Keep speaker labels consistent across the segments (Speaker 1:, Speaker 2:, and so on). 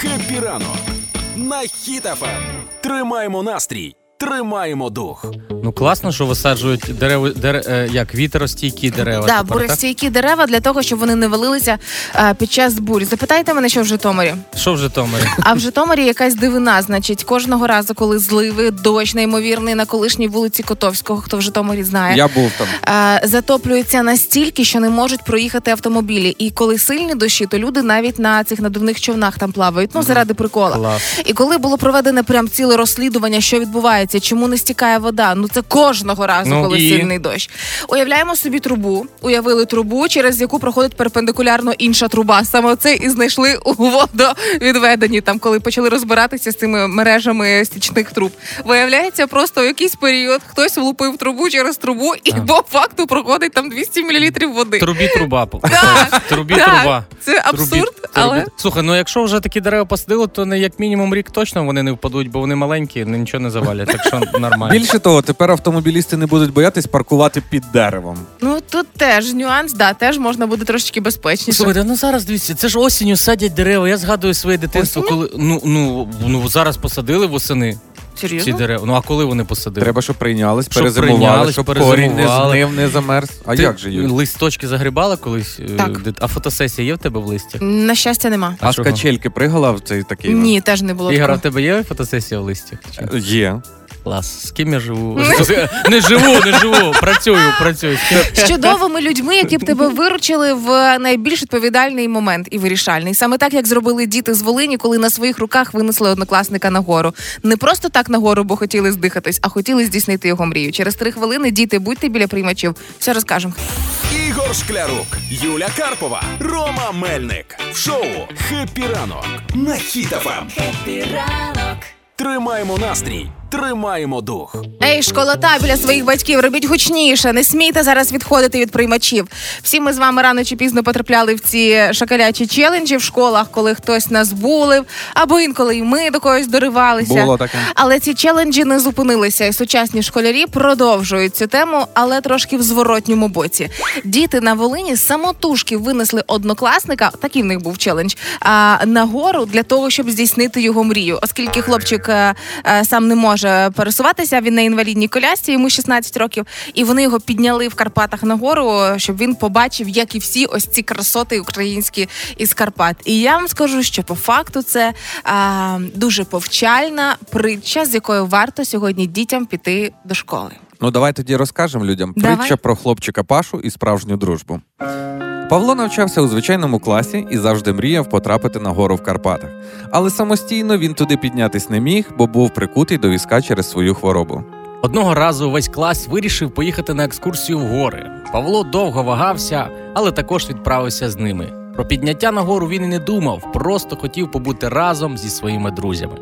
Speaker 1: Хеппі ранок на Ем. Хіт-ФМ. Тримаємо настрій, тримаємо дух.
Speaker 2: Ну класно, що висаджують дерева, дере, е, як вітеростійкі дерева.
Speaker 3: Да,
Speaker 2: тепер, так?
Speaker 3: бурестійкі дерева для того, щоб вони не валилися е, під час бурь. Запитайте мене, що в Житомирі.
Speaker 2: Що в Житомирі?
Speaker 3: А в Житомирі якась дивина. Значить, кожного разу, коли зливи, дощ неймовірний на колишній вулиці Котовського, хто в Житомирі знає.
Speaker 4: Я був там.
Speaker 3: е, Затоплюється настільки, що не можуть проїхати автомобілі. І коли сильні дощі, то люди навіть на цих надувних човнах там плавають. Ну заради прикола.
Speaker 2: Клас.
Speaker 3: І коли було проведене прям ціле розслідування, що відбувається, чому не стікає вода? Ну це кожного разу,
Speaker 2: Ну,
Speaker 3: коли
Speaker 2: і?
Speaker 3: сильний дощ. Уявляємо собі трубу, уявили трубу, через яку проходить перпендикулярно інша труба. Саме це і знайшли у водовідведенні, там коли почали розбиратися з цими мережами стічних труб. Виявляється, просто в якийсь період хтось влупив трубу через трубу, і по факту проходить там 200 мл води.
Speaker 2: Трубі труба. по-
Speaker 3: Так,
Speaker 2: Трубі
Speaker 3: так,
Speaker 2: труба.
Speaker 3: Це абсурд,
Speaker 2: Трубі-
Speaker 3: але
Speaker 2: трубі. Слухай, ну якщо вже такі дерева посадили, то не як мінімум рік точно вони не впадуть, бо вони маленькі, ну, нічого не завалять, так що нормально.
Speaker 4: Більше того, тепер автомобілісти не будуть боятись паркувати під деревом.
Speaker 3: Ну тут теж нюанс, да, теж можна буде трошечки безпечніше.
Speaker 2: Слухайте, ну зараз дивіться, це ж осінню садять дерева. Я згадую своє дитинство, коли ну ну ну зараз посадили восени ці
Speaker 3: Серйозно?
Speaker 2: дерева. Ну а коли вони посадили?
Speaker 4: Треба, щоб прийнялись,
Speaker 2: Щоб
Speaker 4: перезимували,
Speaker 2: прийнялись,
Speaker 4: щоб корінь не
Speaker 2: перезимували.
Speaker 4: знив, не замерз. А
Speaker 2: Ти
Speaker 4: як же Юль?
Speaker 2: листочки загрібала колись? е,
Speaker 3: Так.
Speaker 2: дит- А фотосесія є в тебе в листі?
Speaker 3: На щастя, нема.
Speaker 2: А
Speaker 4: А з
Speaker 2: чого?
Speaker 4: качельки пригала в цей такий?
Speaker 3: Ні, теж не було.
Speaker 2: Ігор, а в
Speaker 3: такого.
Speaker 2: тебе є фотосесія в листі?
Speaker 3: Е,
Speaker 4: ну, Є.
Speaker 2: Клас. З ким я живу? Не живу, не живу. Працюю, працюю. З ким?
Speaker 3: З чудовими людьми, які б тебе виручили в найбільш відповідальний момент і вирішальний. Саме так, як зробили діти з Волині, коли на своїх руках винесли однокласника нагору. Не просто так нагору, бо хотіли здихатись, а хотіли здійснити його мрію. Через три хвилини діти, будьте біля приймачів. Все розкажемо.
Speaker 1: Ігор Шклярук, Юля Карпова, Рома Мельник. В шоу Хеппі ранок на Хіт-ФМ. Тримаємо настрій, тримаємо дух.
Speaker 3: Ей, школота біля своїх батьків, робіть гучніше, не смійте зараз відходити від приймачів. Всі ми з вами рано чи пізно потрапляли в ці шакалячі челенджі в школах, коли хтось нас булив, або інколи і ми до когось доривалися.
Speaker 4: Було таке.
Speaker 3: Але ці челенджі не зупинилися, і сучасні школярі продовжують цю тему, але трошки в зворотньому боці. Діти на Волині самотужки винесли однокласника. Такий в них був челендж а, на гору для того, щоб здійснити його мрію. Оскільки хлопчик е, е, сам не може пересуватися, він на інвалідній колясці, йому 16 років, і вони його підняли в Карпатах на гору, щоб він побачив, як і всі ось ці красоти українські із Карпат. І я вам скажу, що по факту це а, дуже повчальна притча, з якою варто сьогодні дітям піти до школи.
Speaker 4: Ну давай тоді розкажемо людям
Speaker 3: Давай.
Speaker 4: притча про хлопчика Пашу і справжню дружбу. Павло навчався у звичайному класі і завжди мріяв потрапити на гору в Карпатах. Але самостійно він туди піднятись не міг, бо був прикутий до візка через свою хворобу.
Speaker 2: Одного разу весь клас вирішив поїхати на екскурсію в гори. Павло довго вагався, але також відправився з ними. Про підняття на гору він і не думав, просто хотів побути разом зі своїми друзями.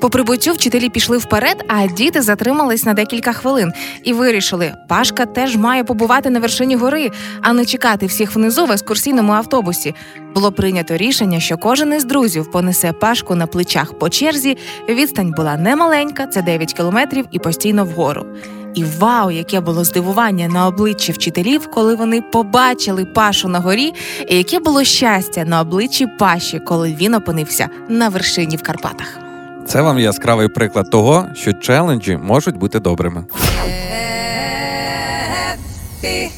Speaker 3: По прибуттю вчителі пішли вперед, а діти затримались на декілька хвилин і вирішили, Пашка теж має побувати на вершині гори, а не чекати всіх внизу в екскурсійному автобусі. Було прийнято рішення, що кожен із друзів понесе Пашку на плечах по черзі. Відстань була немаленька, це 9 кілометрів і постійно вгору. І вау, яке було здивування на обличчі вчителів, коли вони побачили Пашу на горі, і яке було щастя на обличчі Паші, коли він опинився на вершині в Карпатах.
Speaker 4: Це вам яскравий приклад того, що челенджі можуть бути добрими.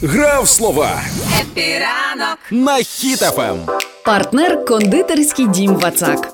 Speaker 1: Грав слова. Хеппі ранок на Ем. Хіт-ФМ.
Speaker 5: Партнер кондитерський дім Вацак.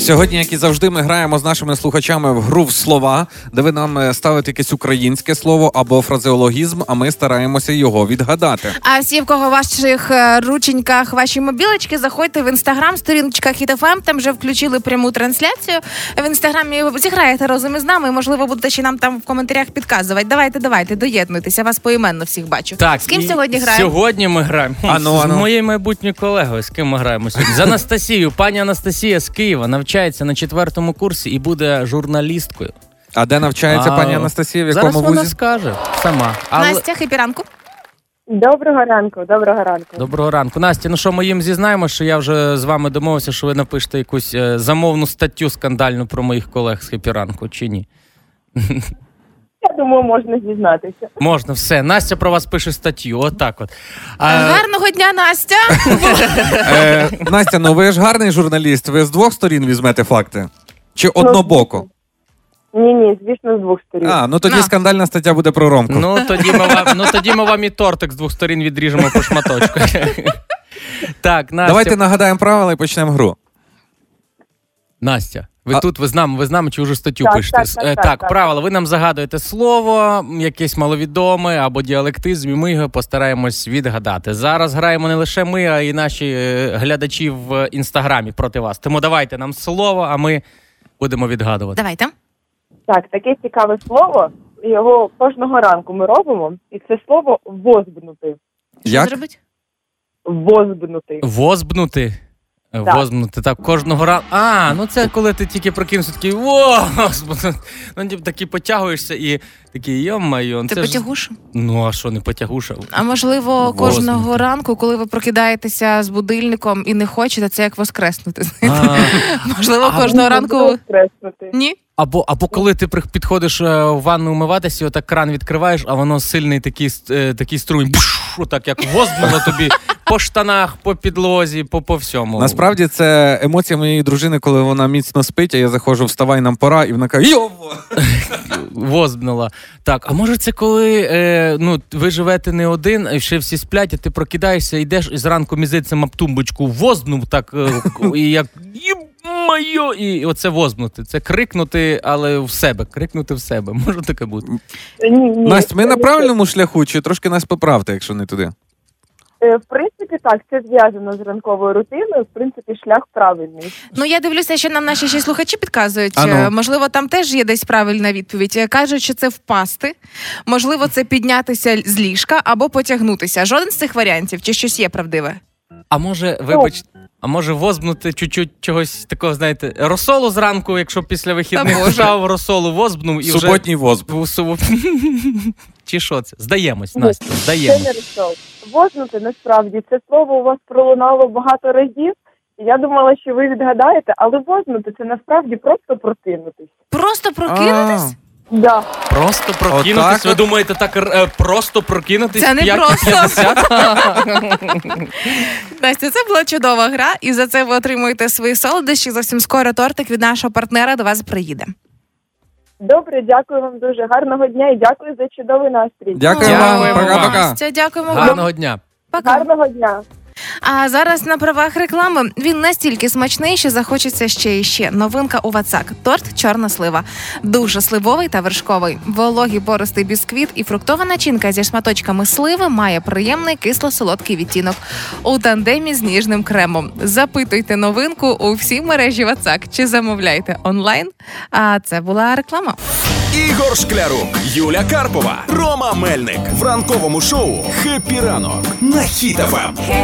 Speaker 4: Сьогодні, як і завжди, ми граємо з нашими слухачами в гру в слова, де ви нам е, ставите якесь українське слово або фразеологізм, а ми стараємося його відгадати.
Speaker 3: А всі, в кого в ваших е, рученьках ваші мобілочки, заходьте в інстаграм, сторіночка Хіт.ФМ, там вже включили пряму трансляцію. В інстаграмі зіграєте разом із нами. і, Можливо, будете ще нам там в коментарях підказувати. Давайте, давайте, доєднуйтеся. Вас поіменно всіх бачу. з ким
Speaker 2: і
Speaker 3: сьогодні граємо?
Speaker 2: Сьогодні ми граємо
Speaker 4: А ну,
Speaker 2: з
Speaker 4: а ну.
Speaker 2: моєю майбутньою колегою. З ким ми граємо сьогодні? З Анастасією. Пані Анастасія з Києва навчається на четвертому курсі і буде журналісткою.
Speaker 4: А де навчається
Speaker 2: А,
Speaker 4: пані Анастасія? В
Speaker 2: Зараз
Speaker 4: якому
Speaker 2: вона
Speaker 4: вузі?
Speaker 2: скаже сама.
Speaker 3: Настя, хепіранку.
Speaker 6: Доброго ранку, доброго ранку.
Speaker 2: Доброго ранку, Настя. Ну що ми їм зізнаємо, що я вже з вами домовився, що ви напишете якусь е, замовну статтю скандальну про моїх колег з хепіранку, чи ні?
Speaker 6: Я думаю, можна зізнатися.
Speaker 2: Можна все. Настя про вас пише статтю. Отак от. А,
Speaker 3: Гарного дня, Настя.
Speaker 4: Е, Настя, ну ви ж гарний журналіст. Ви з двох сторін візьмете факти? Чи однобоко?
Speaker 6: Ні, ні, звісно, з двох сторін.
Speaker 4: А, ну тоді
Speaker 3: На.
Speaker 4: скандальна стаття буде про Ромку.
Speaker 2: ну, тоді ми вам, ну тоді ми вам і тортик з двох сторін відріжемо по шматочку. Так, Настя.
Speaker 4: Давайте нагадаємо правила і почнемо гру.
Speaker 2: Настя, ви
Speaker 4: А-
Speaker 2: тут, ви з нами, ви з нами чи вже статтю
Speaker 6: Так,
Speaker 2: пишете?
Speaker 6: так,
Speaker 2: С-
Speaker 6: так,
Speaker 2: е,
Speaker 6: так,
Speaker 2: так,
Speaker 6: так.
Speaker 2: правила. Ви нам загадуєте слово, м, якесь маловідоме або діалектизм, і ми його постараємось відгадати. Зараз граємо не лише ми, а й наші е, глядачі в інстаграмі проти вас. Тому давайте нам слово, а ми будемо відгадувати.
Speaker 3: Давайте.
Speaker 6: Так, таке цікаве слово. Його кожного ранку ми робимо, і це слово возбнути.
Speaker 4: Як?
Speaker 3: зробить?
Speaker 6: Возбнути.
Speaker 2: Возбнути. Е,
Speaker 6: Так.
Speaker 2: Возбнути так кожного разу. А, ну це коли ти тільки прокинувся, такий возбнути. Ну ніби такий потягуєшся і такий йомайон.
Speaker 3: Ти
Speaker 2: це ж-
Speaker 3: потягуш?
Speaker 2: Ну а що не потягуша?
Speaker 3: А можливо,
Speaker 2: Возбнути.
Speaker 3: кожного ранку, коли ви прокидаєтеся з будильником і не хочете, це як воскреснути.
Speaker 2: А.
Speaker 3: Можливо,
Speaker 2: А
Speaker 3: кожного ранку.
Speaker 6: Возбнути.
Speaker 3: Ні?
Speaker 2: Або, або коли ти при- підходиш е, в ванну умиватися, і отак кран відкриваєш, а воно сильний такий, ст- е, такий струмінь, бш, отак як возбнуло тобі по штанах, по підлозі, по, по всьому.
Speaker 4: Насправді це емоція моєї дружини, коли вона міцно спить, а я заходжу, вставай, нам пора, і вона каже: Йово!
Speaker 2: возбнула. Так, а може це коли е, ну, ви живете не один, і ще всі сплять, а ти прокидаєшся, йдеш і зранку мізицем об тумбочку вознув, так е, і як Майо, і оце вознути. Це крикнути, але в себе. Крикнути в себе. Може таке бути.
Speaker 6: Е, Ні, ні.
Speaker 4: Настя, ми на правильному шляху, чи трошки нас поправте, якщо не туди.
Speaker 6: Е, В принципі, так, це зв'язано з ранковою рутиною. В принципі, шлях правильний.
Speaker 3: Ну я дивлюся, що нам наші ще й слухачі підказують.
Speaker 4: А ну.
Speaker 3: Е, Можливо, там теж є десь правильна відповідь. Е, Кажуть, що це впасти, можливо, це піднятися л- з ліжка або потягнутися. Жоден з цих варіантів чи щось є правдиве.
Speaker 2: А може, вибач,
Speaker 3: Ну.
Speaker 2: а може возбнути чуть-чуть чогось такого, знаєте, розсолу зранку, якщо після вихідних
Speaker 3: Боже.
Speaker 2: вжав розсолу возбнув і вже...
Speaker 4: Суботній возб.
Speaker 2: в суб- Чи що це? Здаємось,
Speaker 3: Ну,
Speaker 6: Ні,
Speaker 2: Настя,
Speaker 6: Це не
Speaker 2: здаємось.
Speaker 6: розсол. Вознути насправді це слово у вас пролунало багато разів. і Я думала, що ви відгадаєте, але вознути це насправді просто протинутись.
Speaker 3: Просто прокинутись?
Speaker 6: Да.
Speaker 2: Просто прокинутись.
Speaker 4: Отак
Speaker 2: ви
Speaker 4: от.
Speaker 2: думаєте, так е, просто прокинутись?
Speaker 3: Це не
Speaker 2: п'ять-
Speaker 3: просто.
Speaker 2: 50?
Speaker 3: Настя, це була чудова гра, і за це ви отримуєте свої солодощі. Зовсім скоро тортик від нашого партнера до вас приїде.
Speaker 6: Добре, дякую вам дуже. Гарного дня і дякую за чудовий настрій.
Speaker 4: Дякую
Speaker 2: Дякуємо
Speaker 4: вам,
Speaker 2: вам.
Speaker 4: пока-пока.
Speaker 3: Настя, дякуємо вам.
Speaker 2: Гарного дня.
Speaker 3: Пока.
Speaker 6: Гарного дня.
Speaker 3: А зараз на правах реклами він настільки смачний, що захочеться ще і ще. Новинка у Вацак. Торт чорна слива. Дуже сливовий та вершковий. Вологий бористий бісквіт і фруктова начинка зі шматочками сливи має приємний кисло-солодкий відтінок у тандемі з ніжним кремом. Запитуйте новинку у всій мережі Вацак чи замовляйте онлайн. А це була реклама.
Speaker 1: Ігор Шклярук, Юля Карпова, Рома Мельник в ранковому шоу «Хеппі ранок» на Хіт-ФМ.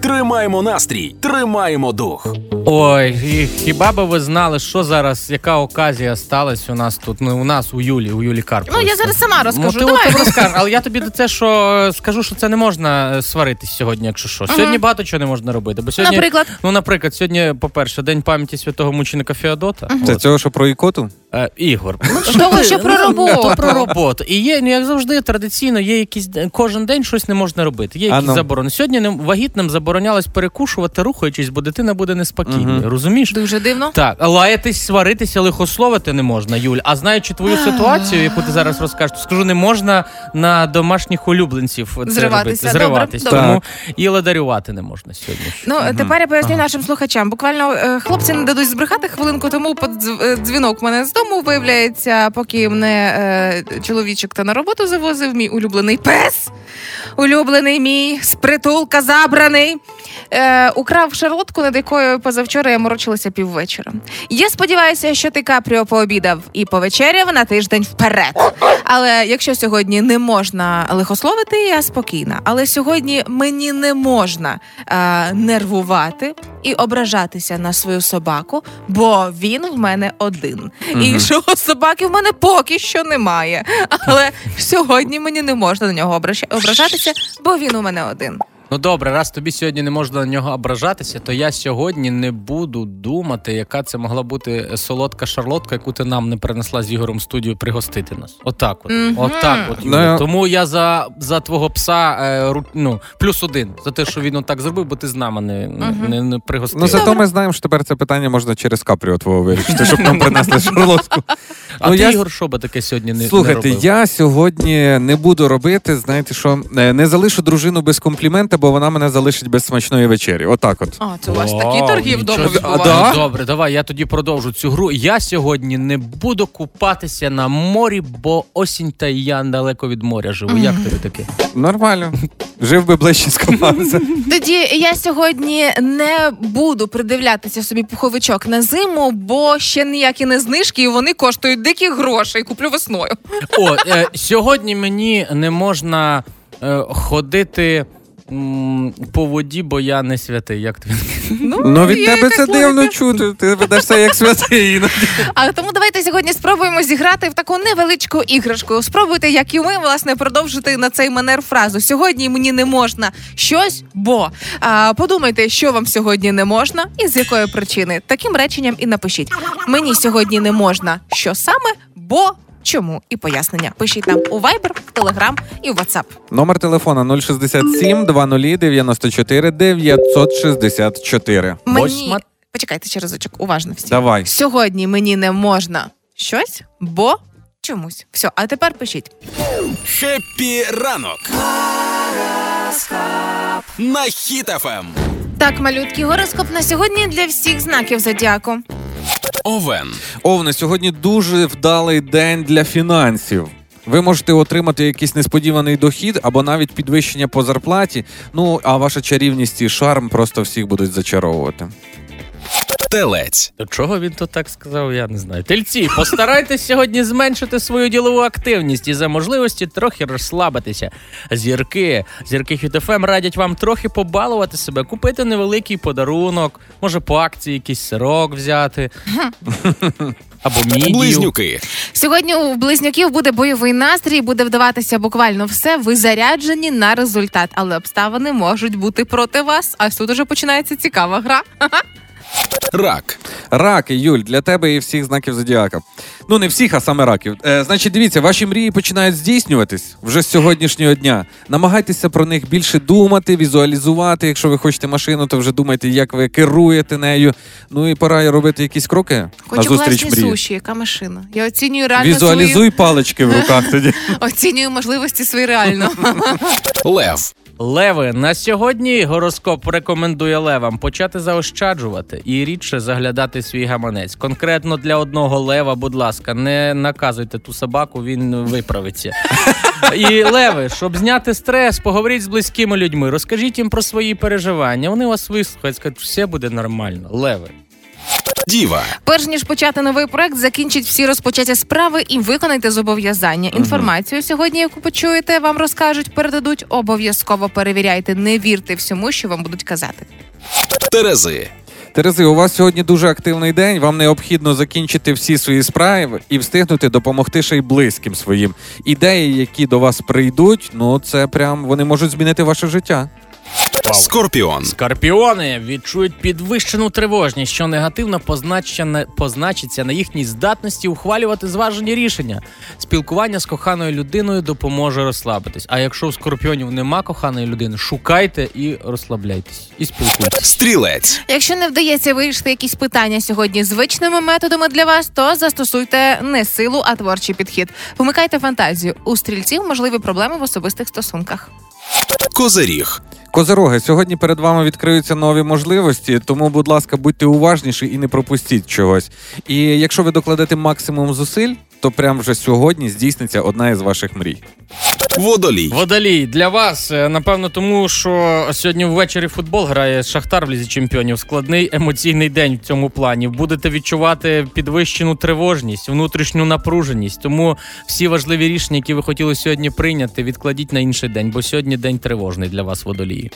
Speaker 1: Тримаємо настрій, тримаємо дух.
Speaker 2: Ой, і хіба би ви знали, що зараз, яка оказія сталася у нас тут? Ну, у нас у Юлі, у Юлі Карпові.
Speaker 3: Ну я зараз сама розкажу.
Speaker 2: Ну, ти
Speaker 3: Давай.
Speaker 2: от розкажеш, але я тобі до це, що е, скажу, що це не можна е, сваритись сьогодні, якщо що. Сьогодні багато чого не можна робити. Бо сьогодні,
Speaker 3: Наприклад,
Speaker 2: ну, наприклад, сьогодні, по-перше, день пам'яті святого мученика Феодота.
Speaker 4: Це
Speaker 2: От.
Speaker 4: цього, що про ікоту? Ну,
Speaker 2: Е, Ігор. Ну,
Speaker 3: що ви ще про роботу?
Speaker 2: То про роботу. І є, ну як завжди, традиційно, є якісь д- кожен день щось не можна робити. Є
Speaker 4: А
Speaker 2: якісь
Speaker 4: ну.
Speaker 2: заборони. Сьогодні не- вагітним заборонялось перекушувати, рухаючись, бо дитина буде неспокійною.
Speaker 4: Мгм.
Speaker 2: Розумієш?
Speaker 3: дуже дивно.
Speaker 2: Так, лаятись, сваритися, лихословити не можна, Юль. А знаючи твою ситуацію, яку ти зараз розкажеш, то скажу, не можна на домашніх улюбленців це
Speaker 3: Зриватися,
Speaker 2: робити.
Speaker 3: добре,
Speaker 2: Зриватись,
Speaker 3: добре.
Speaker 2: тому і ладарювати не можна сьогодні.
Speaker 3: Ну тепер я поясню
Speaker 2: Ага.
Speaker 3: нашим слухачам. Буквально е, хлопці не дадуть збрехати хвилинку, тому по дз- е, дзвінок в мене з дому виявляється, поки мене е, чоловічок та на роботу завозив, мій улюблений пес, улюблений мій з притулка забраний. Е, украв шарлотку, над якою позавчора я морочилася піввечора. Я сподіваюся, що ти Капріо пообідав і повечеряв на тиждень вперед. Але якщо сьогодні не можна лихословити, я спокійна. Але сьогодні мені не можна е, нервувати і ображатися на свою собаку, бо він в мене один. Іншого собаки в мене поки що немає. Але сьогодні мені не можна на нього обраща- ображатися, бо він у мене один.
Speaker 2: Ну добре, раз тобі сьогодні не можна на нього ображатися, то я сьогодні не буду думати, яка це могла бути солодка шарлотка, яку ти нам не принесла з Ігорем в студію пригостити нас. Отак, от.
Speaker 3: Мгм.
Speaker 2: Отак от.
Speaker 4: Ну,
Speaker 2: Юля.
Speaker 4: я-
Speaker 2: Тому я за, за твого пса е, ру- ну, плюс один за те, що він отак зробив, бо ти з нами не, не-
Speaker 3: Мгм.
Speaker 2: не, не пригостив.
Speaker 4: Ну, зато ми знаємо, що тепер це питання можна через Капріо твого вирішити, щоб нам принесли шарлотку.
Speaker 2: А
Speaker 4: ну,
Speaker 2: ти,
Speaker 4: я-
Speaker 2: Ігор, що би таке сьогодні не, не
Speaker 4: Слухайте,
Speaker 2: робив?
Speaker 4: я сьогодні не буду робити. Знаєте, що Е, не залишу дружину без комплімента, бо вона мене залишить без смачної вечері. Отак, от
Speaker 3: А, це у вас
Speaker 2: Вау,
Speaker 3: такі торги вдома
Speaker 2: нічого собі.
Speaker 4: А,
Speaker 3: відбуваються.
Speaker 4: да?
Speaker 2: Ну, Добре, давай я тоді продовжу цю гру. Я сьогодні не буду купатися на морі, бо осінь та і я далеко від моря живу. Як тобі таке?
Speaker 4: нормально. Жив би ближче з Камаза.
Speaker 3: Тоді я сьогодні не буду придивлятися собі пуховичок на зиму, бо ще ніякі не знижки, і вони коштують диких грошей. Куплю весною.
Speaker 2: О, е, сьогодні мені не можна е, ходити. м, По воді, бо я не святий. Як тобі?
Speaker 4: Ну від
Speaker 3: є
Speaker 4: тебе
Speaker 3: якась
Speaker 4: це дивно
Speaker 3: логіка.
Speaker 4: чути. Ти ведешся як святий. іноді.
Speaker 3: А тому давайте сьогодні спробуємо зіграти в таку невеличку іграшку. Спробуйте, як і ми, власне, продовжити на цей манер фразу. Сьогодні мені не можна щось, бо а, подумайте, що вам сьогодні не можна і з якої причини. Таким реченням і напишіть. Мені сьогодні не можна що саме, бо чому і пояснення. Пишіть нам у Viber, Telegram і WhatsApp.
Speaker 4: Номер телефона 067 00 94 964.
Speaker 3: Мені
Speaker 2: Восьма.
Speaker 3: почекайте ще разочок, уважно всі.
Speaker 4: Давай.
Speaker 3: Сьогодні мені не можна щось, бо чомусь. Все, а тепер пишіть.
Speaker 1: Хеппі ранок. На Ем. хітафем.
Speaker 3: Так, малютки, гороскоп на сьогодні для всіх знаків зодіаку.
Speaker 1: Овен.
Speaker 4: Овне, сьогодні дуже вдалий день для фінансів. Ви можете отримати якийсь несподіваний дохід або навіть підвищення по зарплаті. Ну а ваша чарівність і шарм просто всіх будуть зачаровувати.
Speaker 1: Телець.
Speaker 2: До чого він то так сказав, я не знаю. Тельці, постарайтесь сьогодні зменшити свою ділову активність і за можливості трохи розслабитися. Зірки, зірки Хітофем радять вам трохи побалувати себе, купити невеликий подарунок, може по акції якийсь сирок взяти. Або мідію.
Speaker 1: Близнюки.
Speaker 3: Сьогодні у близнюків буде бойовий настрій, буде вдаватися буквально все. Ви заряджені на результат, але обставини можуть бути проти вас. А тут уже починається цікава гра.
Speaker 1: Рак.
Speaker 4: Раки, Юль, для тебе і всіх знаків зодіака. Ну не всіх, а саме раків. Е, значить, дивіться, ваші мрії починають здійснюватись вже з сьогоднішнього дня. Намагайтеся про них більше думати, візуалізувати. Якщо ви хочете машину, то вже думайте, як ви керуєте нею. Ну і пора робити якісь кроки
Speaker 3: Хочу
Speaker 4: назустріч
Speaker 3: класні
Speaker 4: мрії.
Speaker 3: суші, яка машина. Я оцінюю реально
Speaker 4: Візуалізуй палички в руках тоді.
Speaker 3: свої оцінюю можливості свої реально.
Speaker 1: Лев.
Speaker 2: Леви, на сьогодні гороскоп рекомендує левам почати заощаджувати і рідше заглядати свій гаманець. Конкретно для одного лева, будь ласка, не наказуйте ту собаку, він виправиться. І леви, щоб зняти стрес, поговоріть з близькими людьми, розкажіть їм про свої переживання. Вони вас вислухають, скажуть, все буде нормально. Леви.
Speaker 1: Діва.
Speaker 3: Перш ніж почати новий проект, закінчіть всі розпочаті справи і виконайте зобов'язання. Інформацію сьогодні, яку почуєте, вам розкажуть, передадуть. Обов'язково перевіряйте, не вірте всьому, що вам будуть казати.
Speaker 1: Терези.
Speaker 4: Терези, у вас сьогодні дуже активний день. Вам необхідно закінчити всі свої справи і встигнути допомогти ще й близьким своїм. Ідеї, які до вас прийдуть, ну це прям вони можуть змінити ваше життя.
Speaker 1: Скорпіон.
Speaker 2: Скорпіони відчують підвищену тривожність, що негативно позначена- позначиться на їхній здатності ухвалювати зважені рішення. Спілкування з коханою людиною допоможе розслабитись. А якщо у скорпіонів нема коханої людини, шукайте і розслабляйтесь. І спілкуйтесь.
Speaker 1: Стрілець.
Speaker 3: Якщо не вдається вирішити якісь питання сьогодні звичними методами для вас, то застосуйте не силу, а творчий підхід. Вмикайте фантазію. У стрільців можливі проблеми в особистих стосунках.
Speaker 1: Козиріг.
Speaker 4: Козероги, сьогодні перед вами відкриються нові можливості, тому, будь ласка, будьте уважніші і не пропустіть чогось. І якщо ви докладете максимум зусиль, то прям вже сьогодні здійсниться одна із ваших мрій.
Speaker 1: Водолій.
Speaker 2: Водолій для вас, е, напевно, тому що сьогодні ввечері футбол грає Шахтар в лізі чемпіонів. Складний емоційний день в цьому плані. Будете відчувати підвищену тривожність, внутрішню напруженість. Тому всі важливі рішення, які ви хотіли сьогодні прийняти, відкладіть на інший день, бо сьогодні день тривожний для вас, водолії.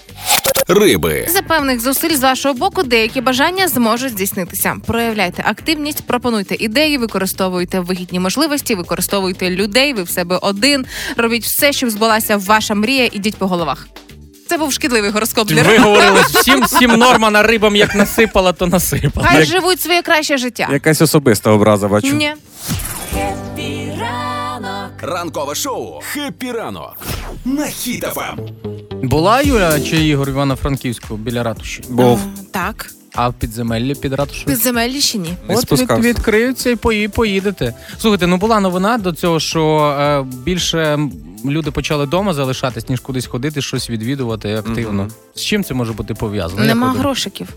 Speaker 1: Риби.
Speaker 3: За певних зусиль з вашого боку деякі бажання зможуть здійснитися. Проявляйте активність, пропонуйте ідеї, використовуйте вигідні можливості, використовуйте людей. Ви в себе один. Робіть все, щоб збулася ваша мрія. Ідіть по головах. Це був шкідливий гороскоп для
Speaker 2: Ви говорили всім, всім нормана рибам, як насипала, то насипала.
Speaker 3: Хай живуть своє краще життя.
Speaker 4: Якась особиста образа бачу.
Speaker 3: Ні.
Speaker 1: Ранкове шоу «Хеппі ранок» на Хіт ФМ.
Speaker 7: Ем.
Speaker 2: Була Юля чи Ігор Івано-Франківську біля ратуші,
Speaker 4: Був
Speaker 3: А, Ем, Так.
Speaker 2: а в підземеллі під ратушею?
Speaker 3: Підземеллі ще ні.
Speaker 4: не
Speaker 2: От від,
Speaker 4: спускався.
Speaker 2: відкриються і пої, поїдете. Слухайте, ну була новина до цього, що е, більше м, люди почали вдома залишатись, ніж кудись ходити, щось відвідувати активно.
Speaker 4: Мгм.
Speaker 2: З чим це може бути
Speaker 4: Ну,
Speaker 2: пов'язано?
Speaker 3: Нема
Speaker 2: Як ви думаєте?
Speaker 3: грошиків.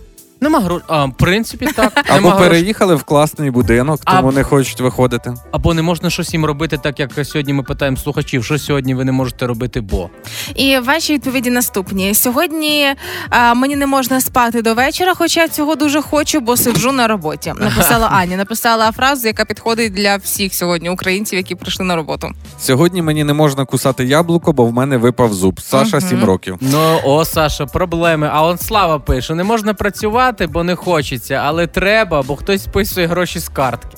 Speaker 2: Нема грошей. А, в принципі, так.
Speaker 4: Або
Speaker 2: Нема грошей.
Speaker 4: переїхали в класний будинок,
Speaker 2: А-
Speaker 4: тому не хочуть виходити.
Speaker 2: Або не можна щось їм робити, так як сьогодні ми питаємо слухачів, що сьогодні ви не можете робити, бо.
Speaker 3: І ваші відповіді наступні. Сьогодні а, мені не можна спати до вечора, хоча я цього дуже хочу, бо сиджу на роботі. Написала Аня. Написала фразу, яка підходить для всіх сьогодні українців, які прийшли на роботу.
Speaker 4: Сьогодні мені не можна кусати яблуко, бо в мене випав зуб. Саша,
Speaker 3: Мгм.
Speaker 4: 7 років.
Speaker 2: Ну, о, Саша, проблеми. А он Слава пише: не можна працювати, бо не хочеться, але треба, бо хтось списує гроші з картки.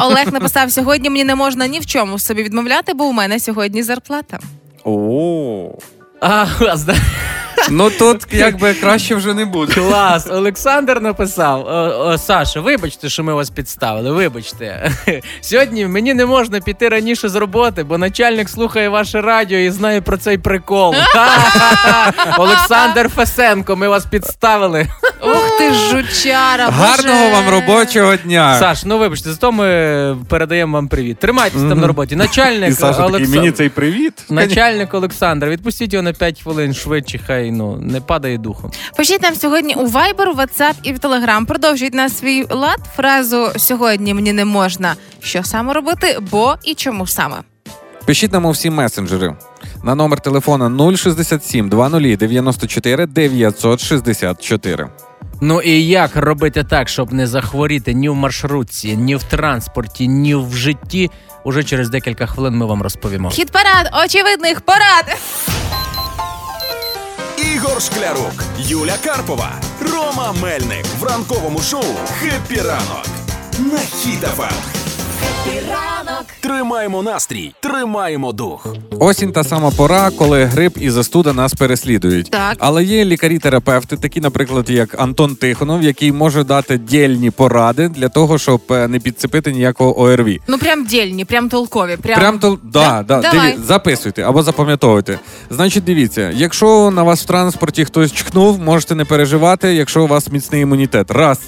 Speaker 3: Олег написав: сьогодні мені не можна ні в чому собі відмовляти, бо у мене сьогодні зарплата.
Speaker 4: О.
Speaker 2: А, зна-
Speaker 4: Ну тут якби краще вже не буде.
Speaker 2: клас. Олександр написав: о, о, Саша, вибачте, що ми вас підставили. Вибачте. Сьогодні мені не можна піти раніше з роботи, бо начальник слухає ваше радіо і знає про цей прикол. Ха-ха-ха. Олександр Фесенко, ми вас підставили.
Speaker 3: Ух ти ж, жучара! боже.
Speaker 4: Гарного вам робочого дня.
Speaker 2: Саш, ну вибачте, зато ми передаємо вам привіт. Тримайтесь там
Speaker 4: Мгм.
Speaker 2: на роботі. Начальник
Speaker 4: І Саша такий,
Speaker 2: Олександр.
Speaker 4: мені цей привіт.
Speaker 2: Начальник Олександр, відпустіть його на 5 хвилин швидше, хай ну не падає духом.
Speaker 3: Пишіть нам сьогодні у Viber, WhatsApp і в Telegram. Продовжуйте на свій лад фразу сьогодні мені не можна. Що саме робити, бо і чому саме.
Speaker 4: Пишіть нам у всі месенджери. На номер телефона 067 20 94 964.
Speaker 2: Ну і як робити так, щоб не захворіти ні в маршрутці, ні в транспорті, ні в житті. Уже через декілька хвилин ми вам розповімо.
Speaker 3: Хід парад очевидних порад.
Speaker 1: Ігор Шклярук, Юля Карпова, Рома Мельник в ранковому шоу «Хеппі ранок» на Хіт ФМ.
Speaker 7: Ем.
Speaker 1: Тримаємо настрій, тримаємо дух.
Speaker 4: Осінь та сама пора, коли грип і застуда нас переслідують.
Speaker 3: Так.
Speaker 4: Але є лікарі-терапевти, такі, наприклад, як Антон Тихонов, який може дати дільні поради для того, щоб е, не підцепити ніякого ОРВІ.
Speaker 3: Ну прям дільні, прям толкові. Прям,
Speaker 4: Прям то да, да,
Speaker 3: Давай.
Speaker 4: диві- записуйте або запам'ятовуйте. Значить, дивіться, якщо на вас в транспорті хтось чкнув, можете не переживати, якщо у вас міцний імунітет. Раз.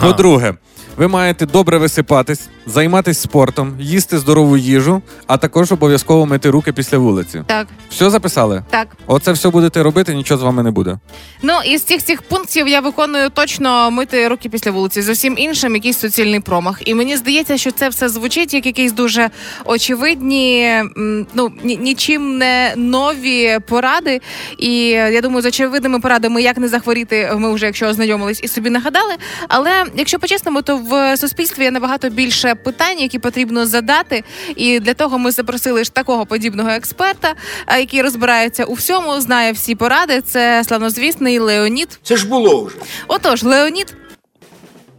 Speaker 4: По-друге, ви маєте добре висипатись, займатися спортом, їсти здорову їжу, а також обов'язково мити руки після вулиці.
Speaker 3: Так,
Speaker 4: Все записали?
Speaker 3: так.
Speaker 4: Оце все будете робити, нічого з вами не буде.
Speaker 3: Ну із цих цих пунктів я виконую точно мити руки після вулиці. З усім іншим якийсь суцільний промах. І мені здається, що це все звучить як якісь дуже очевидні, м, ну ні- нічим не нові поради. І я думаю, з очевидними порадами, як не захворіти, ми вже якщо ознайомились і собі нагадали. Але якщо по-чесному, то в суспільстві є набагато більше питань, які потрібно задати. І для того ми запросили ж такого подібного експерта, а, який розбирається у всьому, знає всі поради. Це славнозвісний Леонід.
Speaker 7: Це ж було вже.
Speaker 3: Отож, Леонід.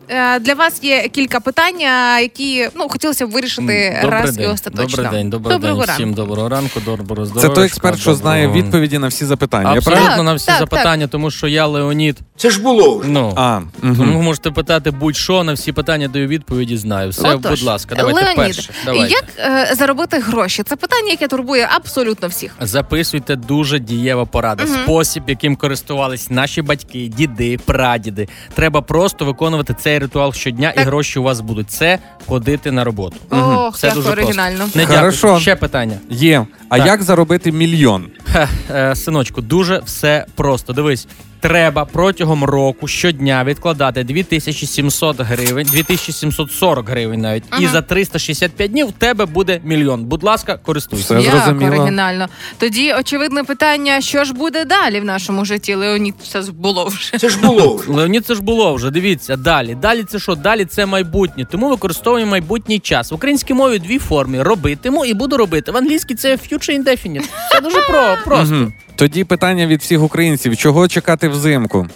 Speaker 3: е, Для вас є кілька питань, а, які ну хотілося б вирішити раз і остаточно.
Speaker 2: добрий день, добрий
Speaker 3: Доброго
Speaker 2: день.
Speaker 3: ранку.
Speaker 2: Всім доброго ранку, доброго здоров'я.
Speaker 4: Це той експерт, що знає відповіді на всі запитання. Я
Speaker 2: Абсолютно
Speaker 4: правильно?
Speaker 3: Так,
Speaker 2: на всі
Speaker 3: так,
Speaker 2: запитання, тому що я Леонід.
Speaker 7: Це ж було вже.
Speaker 2: Ну
Speaker 4: А, мгм.
Speaker 2: тому можете питати будь-що на всі питання даю відповіді. Знаю. Все,
Speaker 3: Отож,
Speaker 2: Е, будь ласка, давайте
Speaker 3: Леонід,
Speaker 2: перше. Давайте.
Speaker 3: Як е, заробити гроші? Це питання, яке турбує абсолютно всіх.
Speaker 2: Записуйте дуже дієва порада. Спосіб, яким користувались наші батьки, діди, прадіди. Треба просто виконувати цей ритуал щодня, і
Speaker 3: Так.
Speaker 2: гроші у вас будуть. Це ходити на роботу.
Speaker 3: Ох,
Speaker 2: Це
Speaker 3: як
Speaker 2: дуже
Speaker 3: оригінально.
Speaker 2: Просто. Не
Speaker 4: Хорошо.
Speaker 2: дякую. Ще питання.
Speaker 4: Є. А
Speaker 2: Так.
Speaker 4: як заробити мільйон?
Speaker 2: Хе, е, синочку, дуже все просто. Дивись. Треба протягом року щодня відкладати 2700 гривень, 2740 гривень навіть. І
Speaker 3: Ага.
Speaker 2: за 365 днів в тебе буде мільйон. Будь ласка, користуйся.
Speaker 4: Все
Speaker 3: як
Speaker 4: зрозуміло.
Speaker 3: оригінально. Тоді очевидне питання: що ж буде далі в нашому житті? Леонід все ж було вже.
Speaker 7: Це ж було вже.
Speaker 2: Леонід, це ж було вже. Дивіться далі. Далі це що? Далі це майбутнє. Тому використовуємо майбутній час. В українській мові дві форми: робитиму і буду робити. В англійській це future indefinite. Це дуже про просто.
Speaker 4: Мгм. Тоді питання від всіх українців: чого чекати взимку?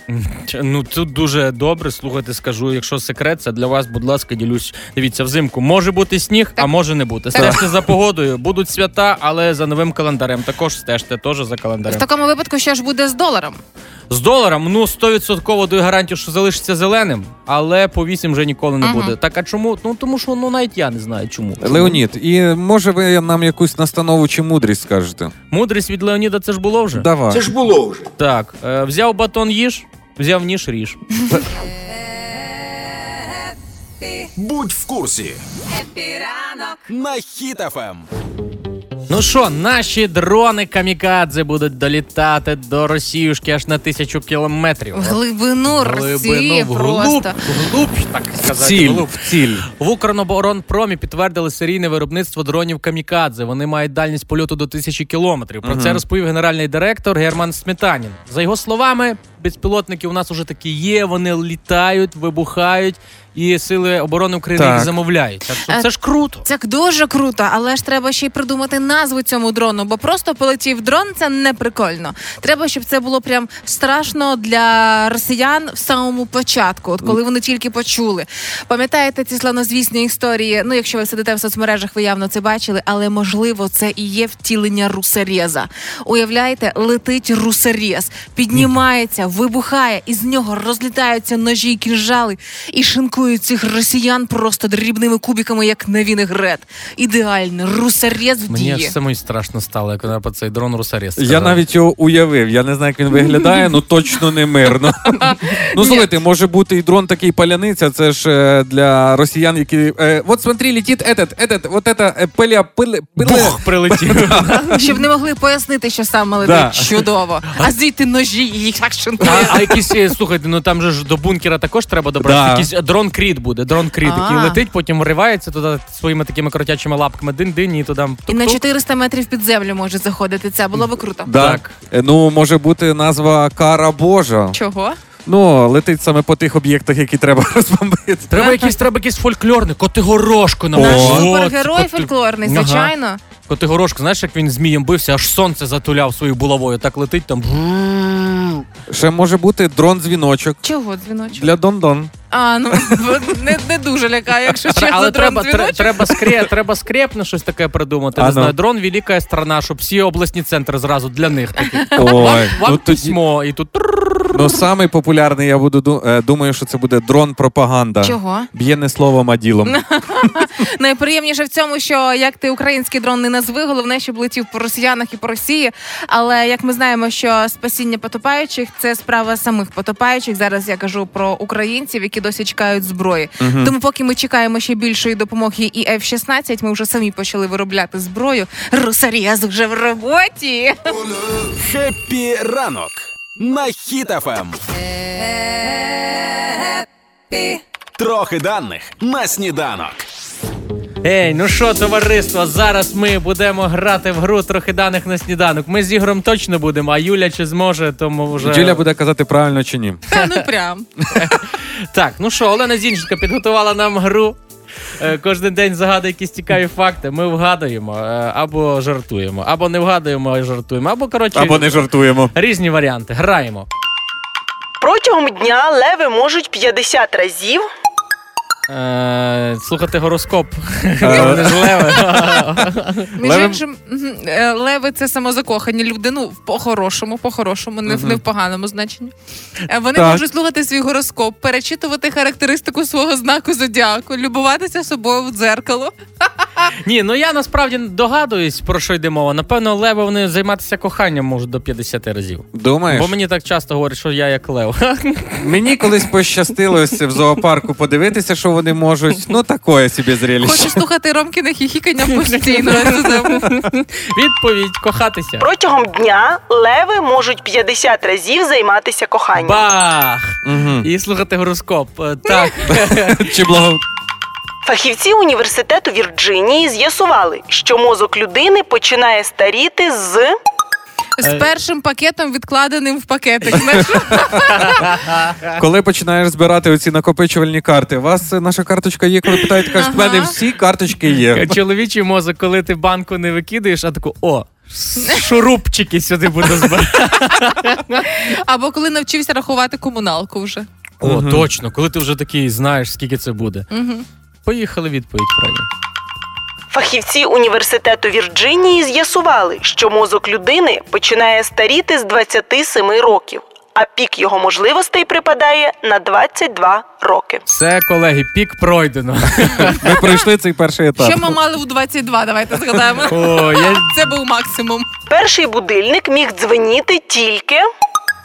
Speaker 2: Ч- Ну тут дуже добре. Слухайте, скажу, якщо секрет, це для вас, будь ласка, ділюсь. Дивіться, взимку може бути сніг, а може не бути. Стежте за погодою. Будуть свята, але за новим календарем. Також стежте теж за
Speaker 3: В
Speaker 2: календарем.
Speaker 3: такому випадку що ж буде з доларом?
Speaker 2: З доларом, ну 100% даю гарантію, що залишиться зеленим, але по 8 вже ніколи не
Speaker 3: Ага.
Speaker 2: буде. Так а чому? Ну тому що ну навіть я не знаю чому.
Speaker 4: Леонід, і може ви нам якусь настанову чи мудрість скажете?
Speaker 2: Мудрість від Леоніда це ж було вже.
Speaker 4: Давай.
Speaker 7: Це ж було вже.
Speaker 2: Так, е, взяв батон їж, взяв ніж ріж.
Speaker 1: Будь в курсі. На Ем. хітафем.
Speaker 2: Ну що, наші дрони камікадзе будуть долітати до Росіюшки аж на тисячу кілометрів.
Speaker 3: В глибину Росії
Speaker 2: вглуб,
Speaker 3: просто.
Speaker 2: вглуб, так сказати.
Speaker 4: Ціль,
Speaker 2: вглуб.
Speaker 4: в ціль.
Speaker 2: В Укроборонпромі підтвердили серійне виробництво дронів камікадзе. Вони мають дальність польоту до тисячі кілометрів. Про це розповів генеральний директор Герман Сметанін. За його словами, безпілотники у нас уже такі є. Вони літають, вибухають, і сили оборони України
Speaker 4: Так.
Speaker 2: їх замовляють. Так що
Speaker 3: Е,
Speaker 2: це ж круто.
Speaker 3: Це дуже круто, але ж треба ще й придумати назву цьому дрону, бо просто полетів дрон це не прикольно. Треба, щоб це було прям страшно для росіян в самому початку, от коли вони тільки почули. Пам'ятаєте ці славнозвісні історії? Ну, якщо ви сидите в соцмережах, ви явно це бачили, але можливо це і є втілення русарєза. Уявляєте, летить русарєз, піднімається, вибухає, і з нього розлітаються ножі і кінжали і шинкують цих росіян просто дрібними кубиками, як на вінегрет. Ідеально, русарєз в
Speaker 2: Мені
Speaker 3: дії.
Speaker 2: аж самої страшно стало, як вона про цей дрон русаріс.
Speaker 4: Я навіть його уявив. Я не знаю, як він виглядає, ну точно не мирно. Ну слухайте, може бути і дрон такий паляниця. Це ж е, для росіян, які е, от смотри, летить этот, этот, вот это е, пиля, пили, пили.
Speaker 2: Бух прилетів.
Speaker 3: Щоб не могли пояснити, що саме летить.
Speaker 4: Да.
Speaker 3: Чудово. А звідти ножі і їх так
Speaker 2: А,
Speaker 3: шинкує.
Speaker 2: а якісь, е, слухайте, ну там же ж до бункера також треба добратися.
Speaker 4: Да.
Speaker 2: Якийсь е, дрон-кріт буде, дрон-кріт, який
Speaker 3: А.
Speaker 2: летить, потім вривається туди своїми такими кротячими лапками дин-дин і туди.
Speaker 3: І
Speaker 2: тук-тук.
Speaker 3: на 400 метрів під землю може заходити. Це було би круто.
Speaker 4: Да.
Speaker 2: Так.
Speaker 4: Е, Ну може бути назва кара Божа.
Speaker 3: Чого?
Speaker 4: Ну летить саме по тих об'єктах, які треба розбомбити.
Speaker 2: Треба якийсь, треба якийсь фольклорний, котигорошку нам.
Speaker 4: О.
Speaker 3: Наш
Speaker 2: От,
Speaker 3: супергерой
Speaker 2: коти-
Speaker 3: фольклорний,
Speaker 2: Ага.
Speaker 3: звичайно.
Speaker 2: Котигорошку, знаєш, як він змієм бився, аж сонце затуляв свою булавою, так летить там.
Speaker 4: Ще може бути дрон-дзвіночок
Speaker 3: Чого дзвіночок?
Speaker 4: для Дондон.
Speaker 3: А, ну не, не дуже лякає, якщо чесно,
Speaker 2: Але
Speaker 3: дрон
Speaker 2: треба, тре-
Speaker 3: дзвіночок.
Speaker 2: треба, скре, треба скрепно щось таке придумати.
Speaker 4: А
Speaker 2: Не
Speaker 4: ну.
Speaker 2: знаю, дрон велика страна, щоб всі обласні центри зразу для них. Такі.
Speaker 4: Ой,
Speaker 2: Вам
Speaker 4: ну тоді-
Speaker 2: письмо, і тут
Speaker 4: ну самий популярний, я буду ду- е, думаю, що це буде дрон-пропаганда.
Speaker 3: Чого?
Speaker 4: Б'є не словом, а ділом.
Speaker 3: Найприємніше в цьому, що як ти український дрон не назви, головне, щоб летів по росіянах і по Росії. Але як ми знаємо, що спасіння потопаючих це справа самих потопаючих. Зараз я кажу про українців, які досі чекають зброї. Тому, поки ми чекаємо ще більшої допомоги і F-16, ми вже самі почали виробляти зброю. Русаріаз вже в роботі.
Speaker 1: Хеппі ранок на Ем. хітафем. Трохи даних на сніданок.
Speaker 2: Ей, ну що, товариство, зараз ми будемо грати в гру трохи даних на сніданок. Ми з Ігорем точно будемо, а Юля чи зможе, тому вже.
Speaker 4: Джуля буде казати правильно чи ні.
Speaker 3: Та ну прям.
Speaker 2: Так, ну що, Олена Зінченка підготувала нам гру. Е, Кожен день загадує якісь цікаві факти. Ми вгадуємо е, або жартуємо, або не вгадуємо, а жартуємо, або коротше
Speaker 4: Або не жартуємо.
Speaker 2: різні варіанти. Граємо.
Speaker 8: Протягом дня леви можуть 50 разів.
Speaker 2: Е, слухати гороскоп.
Speaker 4: Е.
Speaker 2: Вони ж леви.
Speaker 3: Між
Speaker 4: Левим-
Speaker 3: іншим, мгм, е, леви це самозакохані люди. Ну, в по-хорошому, по-хорошому, не, в- не в поганому значенні. Е, Вони
Speaker 4: Так.
Speaker 3: можуть слухати свій гороскоп, перечитувати характеристику свого знаку зодіаку, любуватися собою в дзеркало.
Speaker 2: Ні, ну я насправді догадуюсь, про що йде мова. Напевно, леви вони займатися коханням можуть до 50 разів.
Speaker 4: Думаєш?
Speaker 2: Бо мені так часто говорять, що я як лев.
Speaker 4: Мені колись пощастило ось в зоопарку подивитися, що вони можуть. Ну, такое собі зрелище.
Speaker 3: Хочу слухати Ромкіне хіхікання постійно. Я це забув.
Speaker 2: Відповідь кохатися.
Speaker 8: Протягом дня леви можуть 50 разів займатися коханням.
Speaker 2: Бах!
Speaker 4: Мгм.
Speaker 2: І слухати гороскоп. Е, Так.
Speaker 4: Чи благо...
Speaker 8: Фахівці університету Вірджинії з'ясували, що мозок людини починає старіти з
Speaker 3: З першим пакетом відкладеним в пакетик. Знаєш,
Speaker 4: Коли починаєш збирати оці накопичувальні карти, у вас е, наша карточка є, коли питають, кажуть, в мене всі карточки є.
Speaker 2: Чоловічий мозок, коли ти банку не викидаєш, а таку о. шурупчики сюди буде збирати.
Speaker 3: Або коли навчився рахувати комуналку вже.
Speaker 2: О, точно, коли ти вже такий знаєш, скільки це буде.
Speaker 3: Угу.
Speaker 2: Поїхали відповідь правильно.
Speaker 8: Фахівці університету Вірджинії з'ясували, що мозок людини починає старіти з 27 років, а пік його можливостей припадає на 22 роки.
Speaker 2: Все, колеги, пік пройдено.
Speaker 4: Ми пройшли цей перший етап.
Speaker 3: Що ми мали в 22, давайте згадаємо.
Speaker 2: О, я
Speaker 3: Це був максимум.
Speaker 8: Перший будильник міг дзвеніти тільки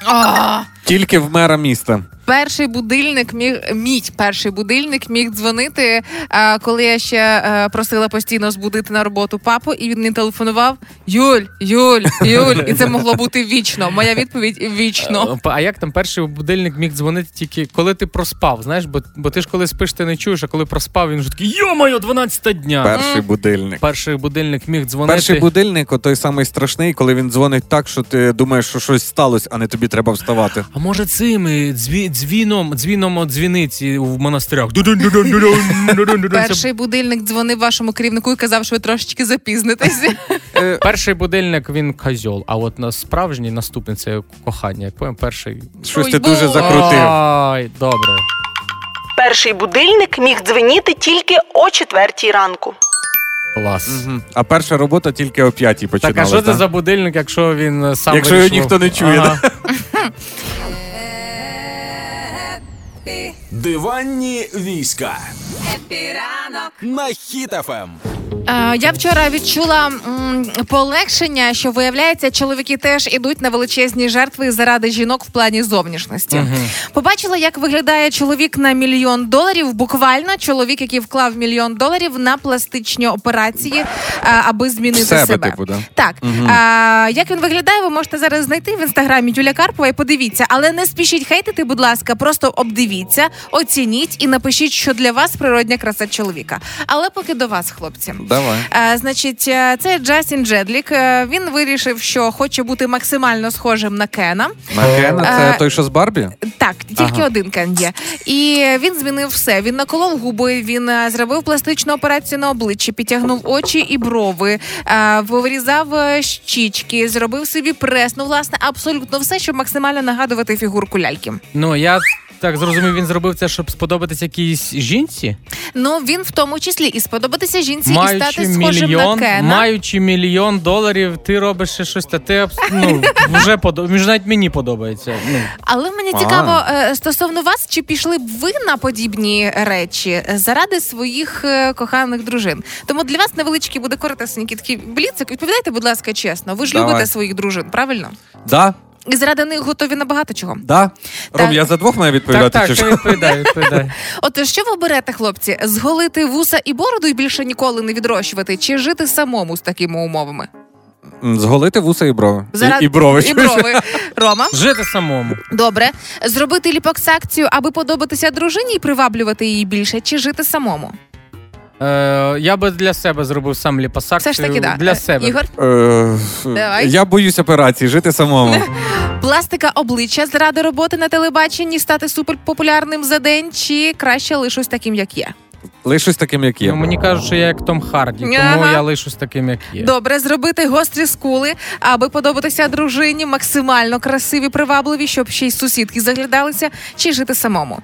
Speaker 3: А,
Speaker 4: Тільки в мера міста.
Speaker 3: перший будильник міг мій перший будильник міг дзвонити, е, коли я ще е, просила постійно збудити на роботу папу, і він мені телефонував Юль, Юль, Юль. І це могло бути вічно. Моя відповідь вічно.
Speaker 2: А як там перший будильник міг дзвонити тільки коли ти проспав, знаєш, бо, бо ти ж коли спиш, ти не чуєш, а коли проспав, він вже такий йо-моє, 12 дня.
Speaker 4: Перший будильник.
Speaker 2: Перший будильник міг дзвонити.
Speaker 4: Перший будильник, той самий страшний, коли він дзвонить так, що ти думаєш, що щось сталося, а не тобі треба вставати.
Speaker 2: А може цим е, дзві... дзвіном, дзвіном от дзвіниці в монастирях. Перший...
Speaker 3: Перший будильник дзвонив вашому керівнику і казав, що ви трошечки запізнитесь.
Speaker 4: Е,
Speaker 2: Перший будильник він козьол, а от на справжній наступний це кохання. Як поєм, перший.
Speaker 4: щось
Speaker 3: Ой,
Speaker 4: ти дуже
Speaker 3: бо.
Speaker 4: закрутив.
Speaker 2: Ай, добре.
Speaker 8: перший будильник міг дзвеніти тільки о четвертій ранку.
Speaker 2: Клас.
Speaker 4: Мгм. А перша робота тільки о п'ятій
Speaker 2: Так, а
Speaker 4: починалася.
Speaker 2: що це за будильник, якщо він е, сам
Speaker 4: Якщо його
Speaker 2: вирішував?
Speaker 4: ніхто не чує,
Speaker 2: Ага.
Speaker 1: Диванні війська. На Ем. хітафем.
Speaker 3: Е, Я вчора відчула м, полегшення, що виявляється, чоловіки теж ідуть на величезні жертви заради жінок в плані зовнішності. Побачила, як виглядає чоловік на мільйон доларів. Буквально чоловік, який вклав мільйон доларів на пластичні операції, е, аби змінити
Speaker 4: Себе,
Speaker 3: себе.
Speaker 4: типу, да?
Speaker 3: Так а, як він виглядає, ви можете зараз знайти в інстаграмі Юля Карпова і подивіться, але не спішіть хейтити, будь ласка, просто обдивіться, оцініть і напишіть, що для вас природня краса чоловіка. Але поки до вас, хлопці.
Speaker 4: Давай.
Speaker 3: Е, Значить, е, це Джастін Джедлік. Е, Він вирішив, що хоче бути максимально схожим на Кена.
Speaker 4: Макена, це
Speaker 3: Е,
Speaker 4: той, що з Барбі?
Speaker 3: Так, тільки один Кен є. І він змінив все. Він наколов губи, він е, зробив пластичну операцію на обличчі, підтягнув очі і брови, е, вирізав е, щічки, зробив собі прес. Ну, власне, абсолютно все, щоб максимально нагадувати фігурку ляльки.
Speaker 2: Ну, я так зрозумів, він зробив це, щоб сподобатися якійсь жінці,
Speaker 3: Ну він в тому числі і сподобатися жінці, і
Speaker 2: маючи
Speaker 3: стати схожим
Speaker 2: мільйон,
Speaker 3: на Кена.
Speaker 2: маючи мільйон доларів, ти робиш ще щось, та ти абс- ну, вже подо... між навіть мені подобається. Ну,
Speaker 3: Але мені цікаво е, стосовно вас, чи пішли б ви на подібні речі е, заради своїх е, коханих дружин? Тому для вас невеличкий буде коротесенький такий бліцик. Відповідайте, будь ласка, чесно. Ви ж
Speaker 4: Давай.
Speaker 3: любите своїх дружин, правильно?
Speaker 4: Да,
Speaker 3: І заради них готові на багато чого.
Speaker 4: да. Ром,
Speaker 3: Так.
Speaker 4: я за двох маю
Speaker 2: так,
Speaker 4: відповідати.
Speaker 2: так,
Speaker 4: чи
Speaker 2: ти
Speaker 4: що?
Speaker 2: відповідай, відповідай.
Speaker 3: От що ви берете, хлопці, зголити вуса і бороду і більше ніколи не відрощувати, чи жити самому з такими умовами?
Speaker 4: М, Зголити вуса і брови. І-
Speaker 3: Заради-
Speaker 4: І, брови.
Speaker 3: І
Speaker 4: чуєш?
Speaker 3: брови. Рома,
Speaker 2: Жити самому.
Speaker 3: добре. Зробити ліпоксакцію, аби подобатися дружині і приваблювати її більше, чи жити самому?
Speaker 2: Е, я би для себе зробив сам ліпосакцію.
Speaker 3: Все ж таки, да.
Speaker 2: Для
Speaker 3: Е,
Speaker 2: себе.
Speaker 3: Ігор,
Speaker 4: Е,
Speaker 3: Давай.
Speaker 4: Я боюсь операції, жити самому.
Speaker 3: пластика обличчя заради роботи на телебаченні, стати суперпопулярним за день, чи краще лишусь таким, як є.
Speaker 4: Лишусь таким, як є.
Speaker 2: Ну, мені кажуть, що я як Том Харді, тому
Speaker 3: Ага.
Speaker 2: я лишусь таким, як є.
Speaker 3: Добре, зробити гострі скули, аби подобатися дружині, максимально красиві, привабливі, щоб ще й сусідки заглядалися, чи жити самому.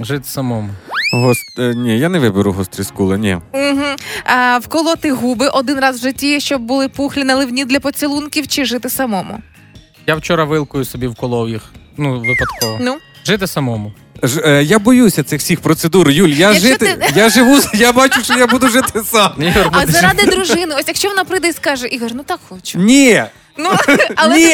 Speaker 2: Жити самому.
Speaker 4: Гост... е, Ні, я не виберу гострі скули, ні.
Speaker 3: Угу. А, вколоти губи один раз в житті, щоб були пухлі наливні для поцілунків, чи жити самому.
Speaker 2: Я вчора вилкою собі вколов їх. Ну, випадково.
Speaker 3: Ну
Speaker 2: Жити самому.
Speaker 4: Ж, е, я боюся цих всіх процедур. Юль, я
Speaker 3: Якщо
Speaker 4: жити, я живу, я бачу, що я буду жити сам.
Speaker 2: Ігор,
Speaker 3: а
Speaker 2: буде жити.
Speaker 3: заради дружини, ось якщо вона прийде і скаже, Ігор, ну так хочу.
Speaker 4: Ні,
Speaker 3: Ну але
Speaker 4: ні,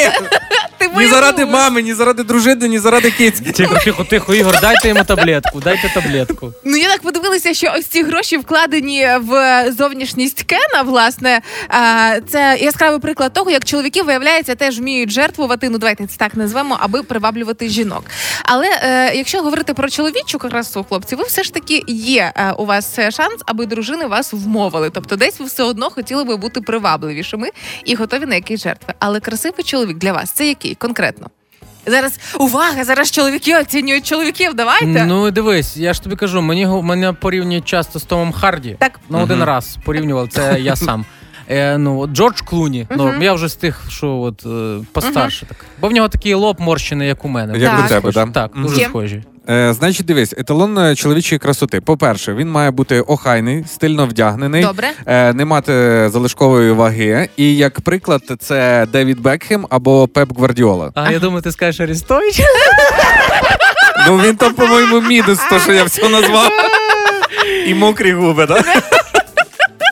Speaker 3: ти
Speaker 4: ні
Speaker 3: моя
Speaker 4: заради
Speaker 3: дружина.
Speaker 4: мами, ні заради дружини, ні заради кицьки.
Speaker 2: Тихо, тихо, тихо, Ігор, дайте йому таблетку, дайте таблетку.
Speaker 3: Ну я так подивилася, що ось ці гроші вкладені в зовнішність Кена. Власне, а, це яскравий приклад того, як чоловіки виявляється теж вміють жертвувати. Ну давайте це так назвемо, аби приваблювати жінок. Але е, якщо говорити про чоловічу красу, хлопці, ви все ж таки є е, у вас е, шанс, аби дружини вас вмовили. Тобто, десь ви все одно хотіли би бути привабливішими і готові на якісь жертви. Але красивий чоловік для вас це який конкретно? Зараз увага! Зараз чоловіки оцінюють чоловіків. Давайте.
Speaker 2: Ну дивись, я ж тобі кажу, мені го- мене порівнюють часто з Томом Харді.
Speaker 3: Так.
Speaker 2: Ну один раз порівнював, це я сам. Е, ну, от Джордж Клуні. Ну, я вже з тих, що от, е, постарше так. Бо в нього такий лоб морщений, як у мене.
Speaker 4: Як
Speaker 2: Дуже
Speaker 3: у
Speaker 4: тебе,
Speaker 2: схожі.
Speaker 4: да?
Speaker 2: Так,
Speaker 4: Мгм.
Speaker 2: дуже
Speaker 3: Є.
Speaker 2: схожі.
Speaker 4: Е, значить, дивись, еталон е, чоловічої красоти. По-перше, він має бути охайний, стильно вдягнений,
Speaker 3: Добре.
Speaker 4: е, не мати залишкової ваги. І як приклад, це Девід Бекхем або Пеп Гвардіола.
Speaker 2: А я думаю, ти скажеш Арістович?
Speaker 4: Ну він там, по-моєму, мідус, то що я все назвав. І мокрі губи, так?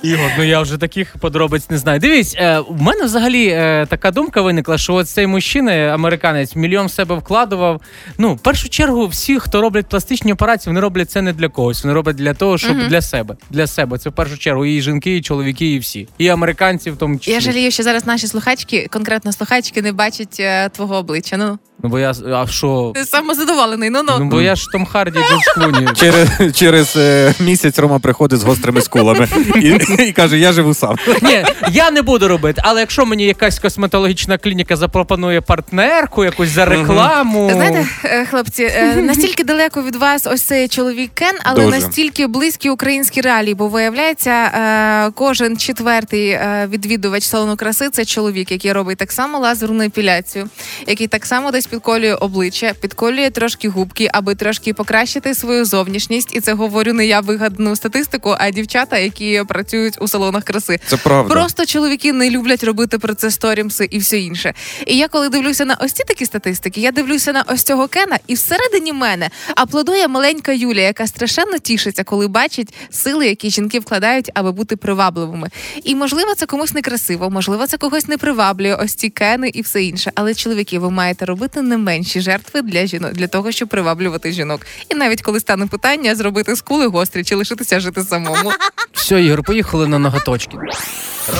Speaker 2: Ігор, ну я вже таких подробиць не знаю. Дивіться, е, в мене взагалі е, така думка виникла, що от цей мужчина, американець, мільйон в себе вкладував. Ну, в першу чергу, всі, хто роблять пластичні операції, вони роблять це не для когось. Вони роблять для того, щоб для себе. Для себе. Це в першу чергу і жінки, і чоловіки, і всі. І американці в тому числі.
Speaker 3: Я жалію, що зараз наші слухачки, конкретно слухачки, не бачать е, твого обличчя. Ну
Speaker 2: Ну бо я а що?
Speaker 3: ти самозадоволений. Ну
Speaker 2: Ну
Speaker 3: ну
Speaker 2: бо я ж Том Харді Джордж Клуні.
Speaker 4: Через, через е, місяць Рома приходить з гострими скулами і, і каже: Я живу сам.
Speaker 2: Ні, я не буду робити. Але якщо мені якась косметологічна клініка запропонує партнерку, якусь за рекламу.
Speaker 3: Та знаєте, е, хлопці, е, настільки далеко від вас ось цей чоловік Кен, але
Speaker 4: Дуже.
Speaker 3: настільки близькі українські реалії, бо виявляється, е, кожен четвертий е, відвідувач салону краси це чоловік, який робить так само лазерну епіляцію, який так само десь підколює обличчя, підколює трошки губки, аби трошки покращити свою зовнішність. І це говорю не я вигадану статистику, а дівчата, які працюють у салонах краси.
Speaker 4: Це правда.
Speaker 3: Просто чоловіки не люблять робити про це сторімси і все інше. І я коли дивлюся на ось ці такі статистики, я дивлюся на ось цього Кена, і всередині мене аплодує маленька Юлія, яка страшенно тішиться, коли бачить сили, які жінки вкладають, аби бути привабливими. І можливо, це комусь не красиво, можливо, це когось не приваблює. Ось ці кени і все інше. Але чоловіки, ви маєте робити не менші жертви для жінок для того, щоб приваблювати жінок. І навіть коли стане питання зробити скули гострі чи лишитися жити самому.
Speaker 2: Все, Ігор, поїхали на ноготочки.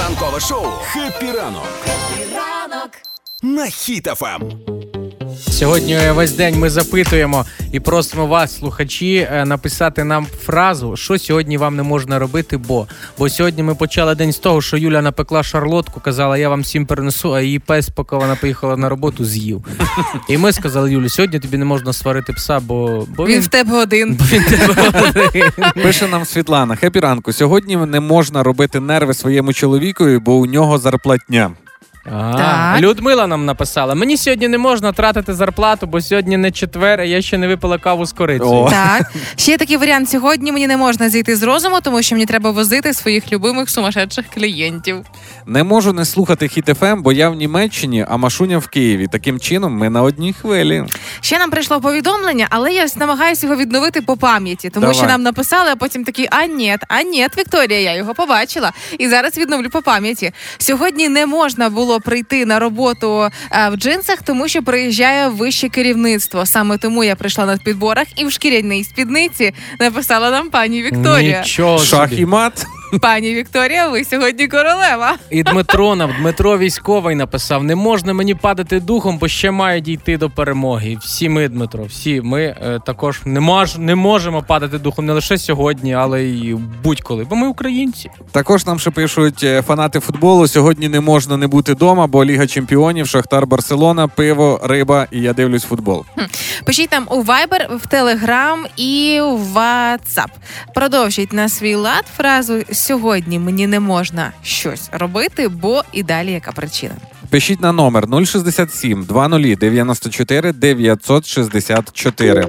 Speaker 1: Ранкове шоу «Хеппі ранок» на Ем. Хіт-ФМ.
Speaker 2: Сьогодні е, весь день ми запитуємо і просимо вас, слухачі, е, написати нам фразу, що сьогодні вам не можна робити, бо бо сьогодні ми почали день з того, що Юля напекла шарлотку, казала, я вам всім перенесу, а її пес, поки вона поїхала на роботу, з'їв. І ми сказали, Юлі, сьогодні тобі не можна сварити пса, бо, бо
Speaker 3: Він в тебе один.
Speaker 2: бо він тебе
Speaker 4: Пише нам Світлана, хепі ранку. Сьогодні не можна робити нерви своєму чоловікові, бо у нього зарплатня.
Speaker 2: А,
Speaker 3: Так.
Speaker 2: Людмила нам написала: мені сьогодні не можна тратити зарплату, бо сьогодні не четвер, а я ще не випила каву з корицею.
Speaker 4: О.
Speaker 3: Так, ще є такий варіант. Сьогодні мені не можна зійти з розуму, тому що мені треба возити своїх любимих сумасшедших клієнтів.
Speaker 4: Не можу не слухати хіт ФМ, бо я в Німеччині, а Машуня в Києві. Таким чином ми на одній хвилі.
Speaker 3: Ще нам прийшло повідомлення, але я намагаюся його відновити по пам'яті, тому
Speaker 4: Давай.
Speaker 3: що нам написали, а потім такі: а ні, а ні, Вікторія, я його побачила. І зараз відновлю по пам'яті. Сьогодні не можна було прийти на роботу е, в джинсах, тому що приїжджає вище керівництво. Саме тому я прийшла на підборах і в шкіряній спідниці написала нам пані Вікторія.
Speaker 2: Нічого
Speaker 4: Шах
Speaker 2: собі.
Speaker 4: і мат.
Speaker 3: Пані Вікторія, ви сьогодні королева.
Speaker 2: І Дмитро нам Дмитро військовий написав: не можна мені падати духом, бо ще маю дійти до перемоги. Всі ми, Дмитро, всі ми е, також не мож, не можемо падати духом не лише сьогодні, але й будь-коли. Бо ми українці.
Speaker 4: Також нам ще пишуть е, фанати футболу. Сьогодні не можна не бути дома, бо Ліга Чемпіонів, Шахтар Барселона, пиво, риба, і я дивлюсь футбол.
Speaker 3: Пишіть нам у Viber, в Telegram і в WhatsApp. Продовжіть на свій лад фразу сьогодні мені не можна щось робити, бо і далі яка причина.
Speaker 4: Пишіть на номер 067 00 94 964.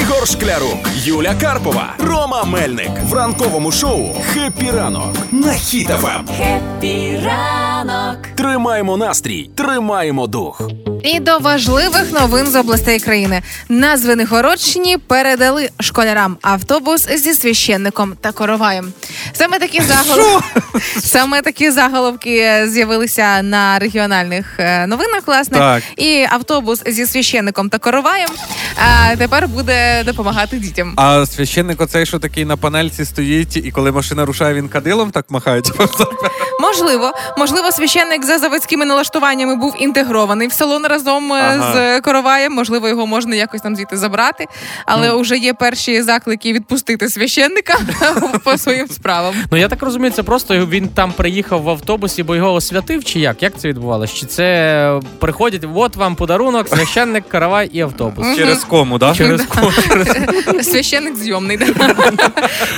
Speaker 1: Ігор Шклярук, Юля Карпова, Рома Мельник в ранковому шоу «Хеппі ранок» на Хіт-ФМ. Тримаємо настрій, тримаємо дух.
Speaker 3: І до важливих новин з областей країни. На Звенигородщині передали школярам автобус зі священником та короваєм. Саме такі заголовки, саме такі заголовки з'явилися на регіональних е, новинах. Власне,
Speaker 4: Так.
Speaker 3: і автобус зі священником та короваєм е, тепер буде допомагати дітям.
Speaker 4: А священник оцей, що такий на панельці стоїть, і коли машина рушає, він кадилом так махає. типу, за-
Speaker 3: Можливо, можливо, священник за заводськими налаштуваннями був інтегрований в салон разом е,
Speaker 4: Ага.
Speaker 3: з е, короваєм. Можливо, його можна якось там звідти забрати,
Speaker 2: Ну.
Speaker 3: але вже є перші заклики відпустити священника по своїм справам.
Speaker 2: Ну я так розумію, це просто він там приїхав в автобусі, бо його освятив, чи як? Як це відбувалося? Чи це приходять, от вам подарунок, священник, каравай і автобус.
Speaker 4: Через кому, да?
Speaker 2: Через кого?
Speaker 3: Священник зйомний. да.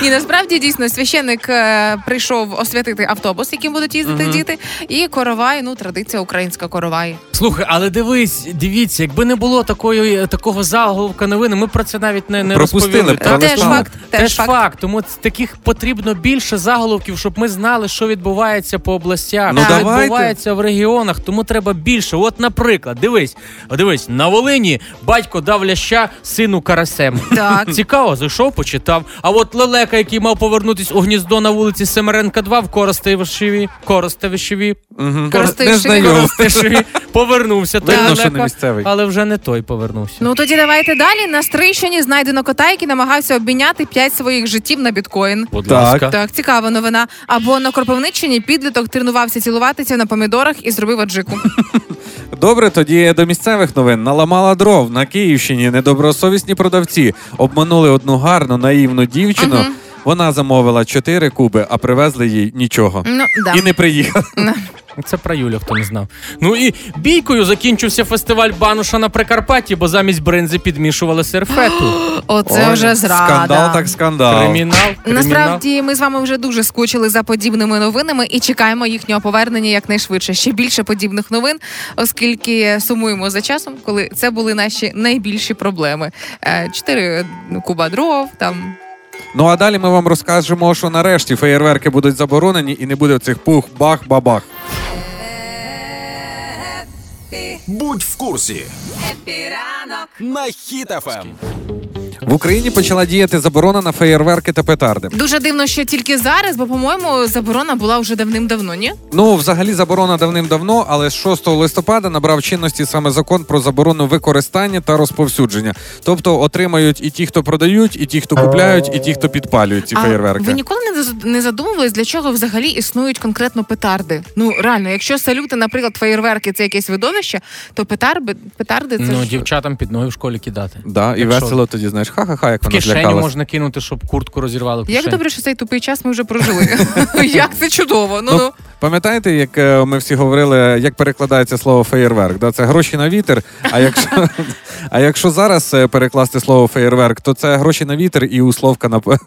Speaker 3: Ні, насправді дійсно священник е, прийшов освятити автобус, яким будуть їздити діти, і коровай, ну традиція українська коровай.
Speaker 2: Слухай, але дивись, дивіться, якби не було такої такого заголовка новини, ми б про це навіть не, не
Speaker 4: Пропустили
Speaker 2: розповіли.
Speaker 4: б, але
Speaker 2: Та
Speaker 4: Теж стало.
Speaker 3: факт, теж
Speaker 2: Теж
Speaker 3: факт.
Speaker 2: факт. Тому ц- таких потрібно більше заголовків, щоб ми знали, що відбувається по областях,
Speaker 4: Ну,
Speaker 2: що
Speaker 4: давайте.
Speaker 2: відбувається в регіонах. Тому треба більше. От, наприклад, дивись, дивись, на Волині батько дав ляща сину карасем.
Speaker 3: Так.
Speaker 2: Цікаво, зайшов, почитав. А от лелека, який мав повернутись у гніздо на вулиці Семеренка, 2 в Коростишеві, Коростишеві,
Speaker 4: Мгм.
Speaker 3: Користуєшся
Speaker 4: Не знаю.
Speaker 3: відео.
Speaker 2: Коростишеві повернувся. той
Speaker 4: Видно, що не
Speaker 2: лелека,
Speaker 4: місцевий.
Speaker 2: але вже не той повернувся.
Speaker 3: Ну тоді давайте далі. На Стрийщині знайдено кота, який намагався обміняти 5 своїх життів на біткоін.
Speaker 2: Будь
Speaker 4: Так.
Speaker 2: ласка.
Speaker 3: Так, цікава новина. Або на Кропивниччині підліток тренувався цілуватися на помідорах і зробив аджику.
Speaker 4: Добре, тоді до місцевих новин наламала дров на Київщині. Недобросовісні продавці обманули одну гарну наївну дівчину. Вона замовила 4 куби, а привезли їй нічого.
Speaker 3: Ну да.
Speaker 4: І не приїхала.
Speaker 2: Це про Юлю, хто не знав. Ну і бійкою закінчився фестиваль бануша на Прикарпатті, бо замість бринзи підмішували серфету.
Speaker 3: Оце
Speaker 4: Ой,
Speaker 3: вже зрада.
Speaker 4: Скандал так скандал.
Speaker 2: Кримінал. кримінал.
Speaker 3: Насправді ми з вами вже дуже скучили за подібними новинами і чекаємо їхнього повернення якнайшвидше. Ще більше подібних новин, оскільки сумуємо за часом, коли це були наші найбільші проблеми. Е, Чотири ну, куба дров, там
Speaker 4: Ну а далі ми вам розкажемо, що нарешті феєрверки будуть заборонені і не буде цих пух, бах, бабах.
Speaker 1: Будь в курсі. На Хіт Ем. ФМ.
Speaker 4: В Україні почала діяти заборона на феєрверки та петарди.
Speaker 3: дуже дивно, що тільки зараз, бо по-моєму заборона була вже давним-давно. Ні,
Speaker 4: Ну, взагалі, заборона давним-давно, але з 6 листопада набрав чинності саме закон про заборону використання та розповсюдження. Тобто отримають і ті, хто продають, і ті, хто купляють, і ті, хто підпалюють ці феєрверки.
Speaker 3: ви ніколи не заз- не задумувались, для чого взагалі існують конкретно петарди? Ну реально, якщо салюти, наприклад, феєрверки це якесь видовище, то петарби петарди це
Speaker 2: Ну,
Speaker 3: ж...
Speaker 2: дівчатам під ноги в школі кидати.
Speaker 4: Да, і
Speaker 2: Так що?
Speaker 4: весело тоді знаєш, ха-ха-ха, як
Speaker 2: В
Speaker 4: вона
Speaker 2: кишеню
Speaker 4: злякалась.
Speaker 2: можна кинути, щоб куртку розірвали. в
Speaker 3: Як
Speaker 2: кишені.
Speaker 3: добре, що цей тупий час ми вже прожили. Як це чудово. Ну,
Speaker 4: Ну, пам'ятаєте, як е, ми всі говорили, як перекладається слово феєрверк? Да? Це гроші на вітер. А якщо, а якщо зараз е, перекласти слово феєрверк, то це гроші на вітер і условка на п-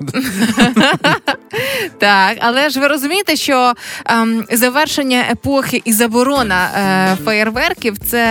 Speaker 3: так, але ж ви розумієте, що ем, завершення епохи і заборона е, феєрверків це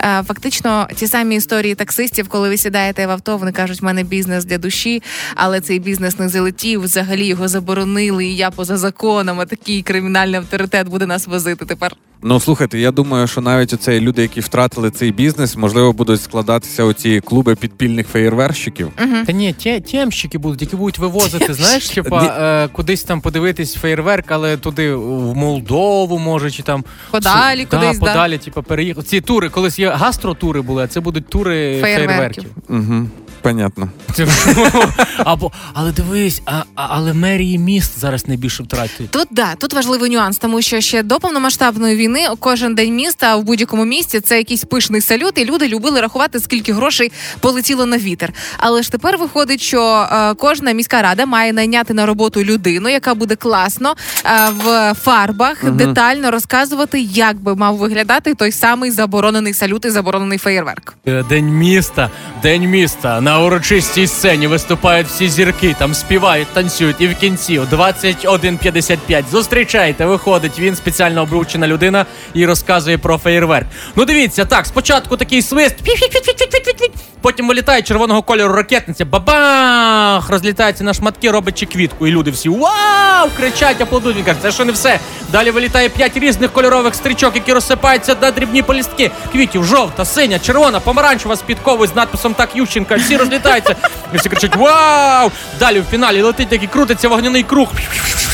Speaker 3: е, фактично ті самі історії таксистів, коли ви сідаєте в авто, вони кажуть, в мене бізнес для душі, але цей бізнес не залетів. Взагалі його заборонили, і я поза законом. А такий кримінальний авторитет буде нас возити тепер.
Speaker 4: Ну слухайте, я думаю, що навіть оце люди, які втратили цей бізнес, можливо, будуть складатися оці клуби підпільних феєрверщиків.
Speaker 2: Та ні, ті, тємщики будуть, які будуть вивозити, знаєш, типа е, кудись там подивитись фейерверк, але туди в Молдову, може, чи там
Speaker 3: Подалі
Speaker 2: Су-
Speaker 3: кудись,
Speaker 2: да,
Speaker 3: да.
Speaker 2: подалі, типа переїхати. Ці тури, колись є гастротури були, а це будуть тури
Speaker 3: Феєрверків.
Speaker 2: фейерверків.
Speaker 4: Угу. Понятно.
Speaker 2: Це ж- Або але дивись, а, а- але мерії міст зараз найбільше втратять.
Speaker 3: Тут да, тут важливий нюанс, тому що ще до повномасштабної війни кожен день міста в будь-якому місті це якийсь пишний салют, і люди любили рахувати, скільки грошей полетіло на вітер. Але ж тепер виходить, що е, кожна міська рада має найняти на роботу людину, яка буде класно е, в фарбах детально розказувати, як би мав виглядати той самий заборонений салют і заборонений феєрверк.
Speaker 2: Е, День міста, день міста. На урочистій сцені виступають всі зірки, там співають, танцюють, і в кінці о 21.55. Зустрічайте, виходить він, спеціально обручена людина, і розказує про феєрверк. Ну дивіться, так, спочатку такий свист, пі-пі-пі-пі-пі-пі-пі. потім вилітає червоного кольору ракетниця, бабах! Розлітається на шматки, робить чеквітку, і люди всі вау! кричать, аплодують. Він каже, це що не все. Далі вилітає п'ять різних кольорових стрічок, які розсипаються на дрібні полістки. Квітів, жовта, синя, червона, помаранчева з підковою з надписом Так Ющенка. Всі розлітаються. І всі кричать Вау! Далі в фіналі летить такий крутиться вогняний круг. пф,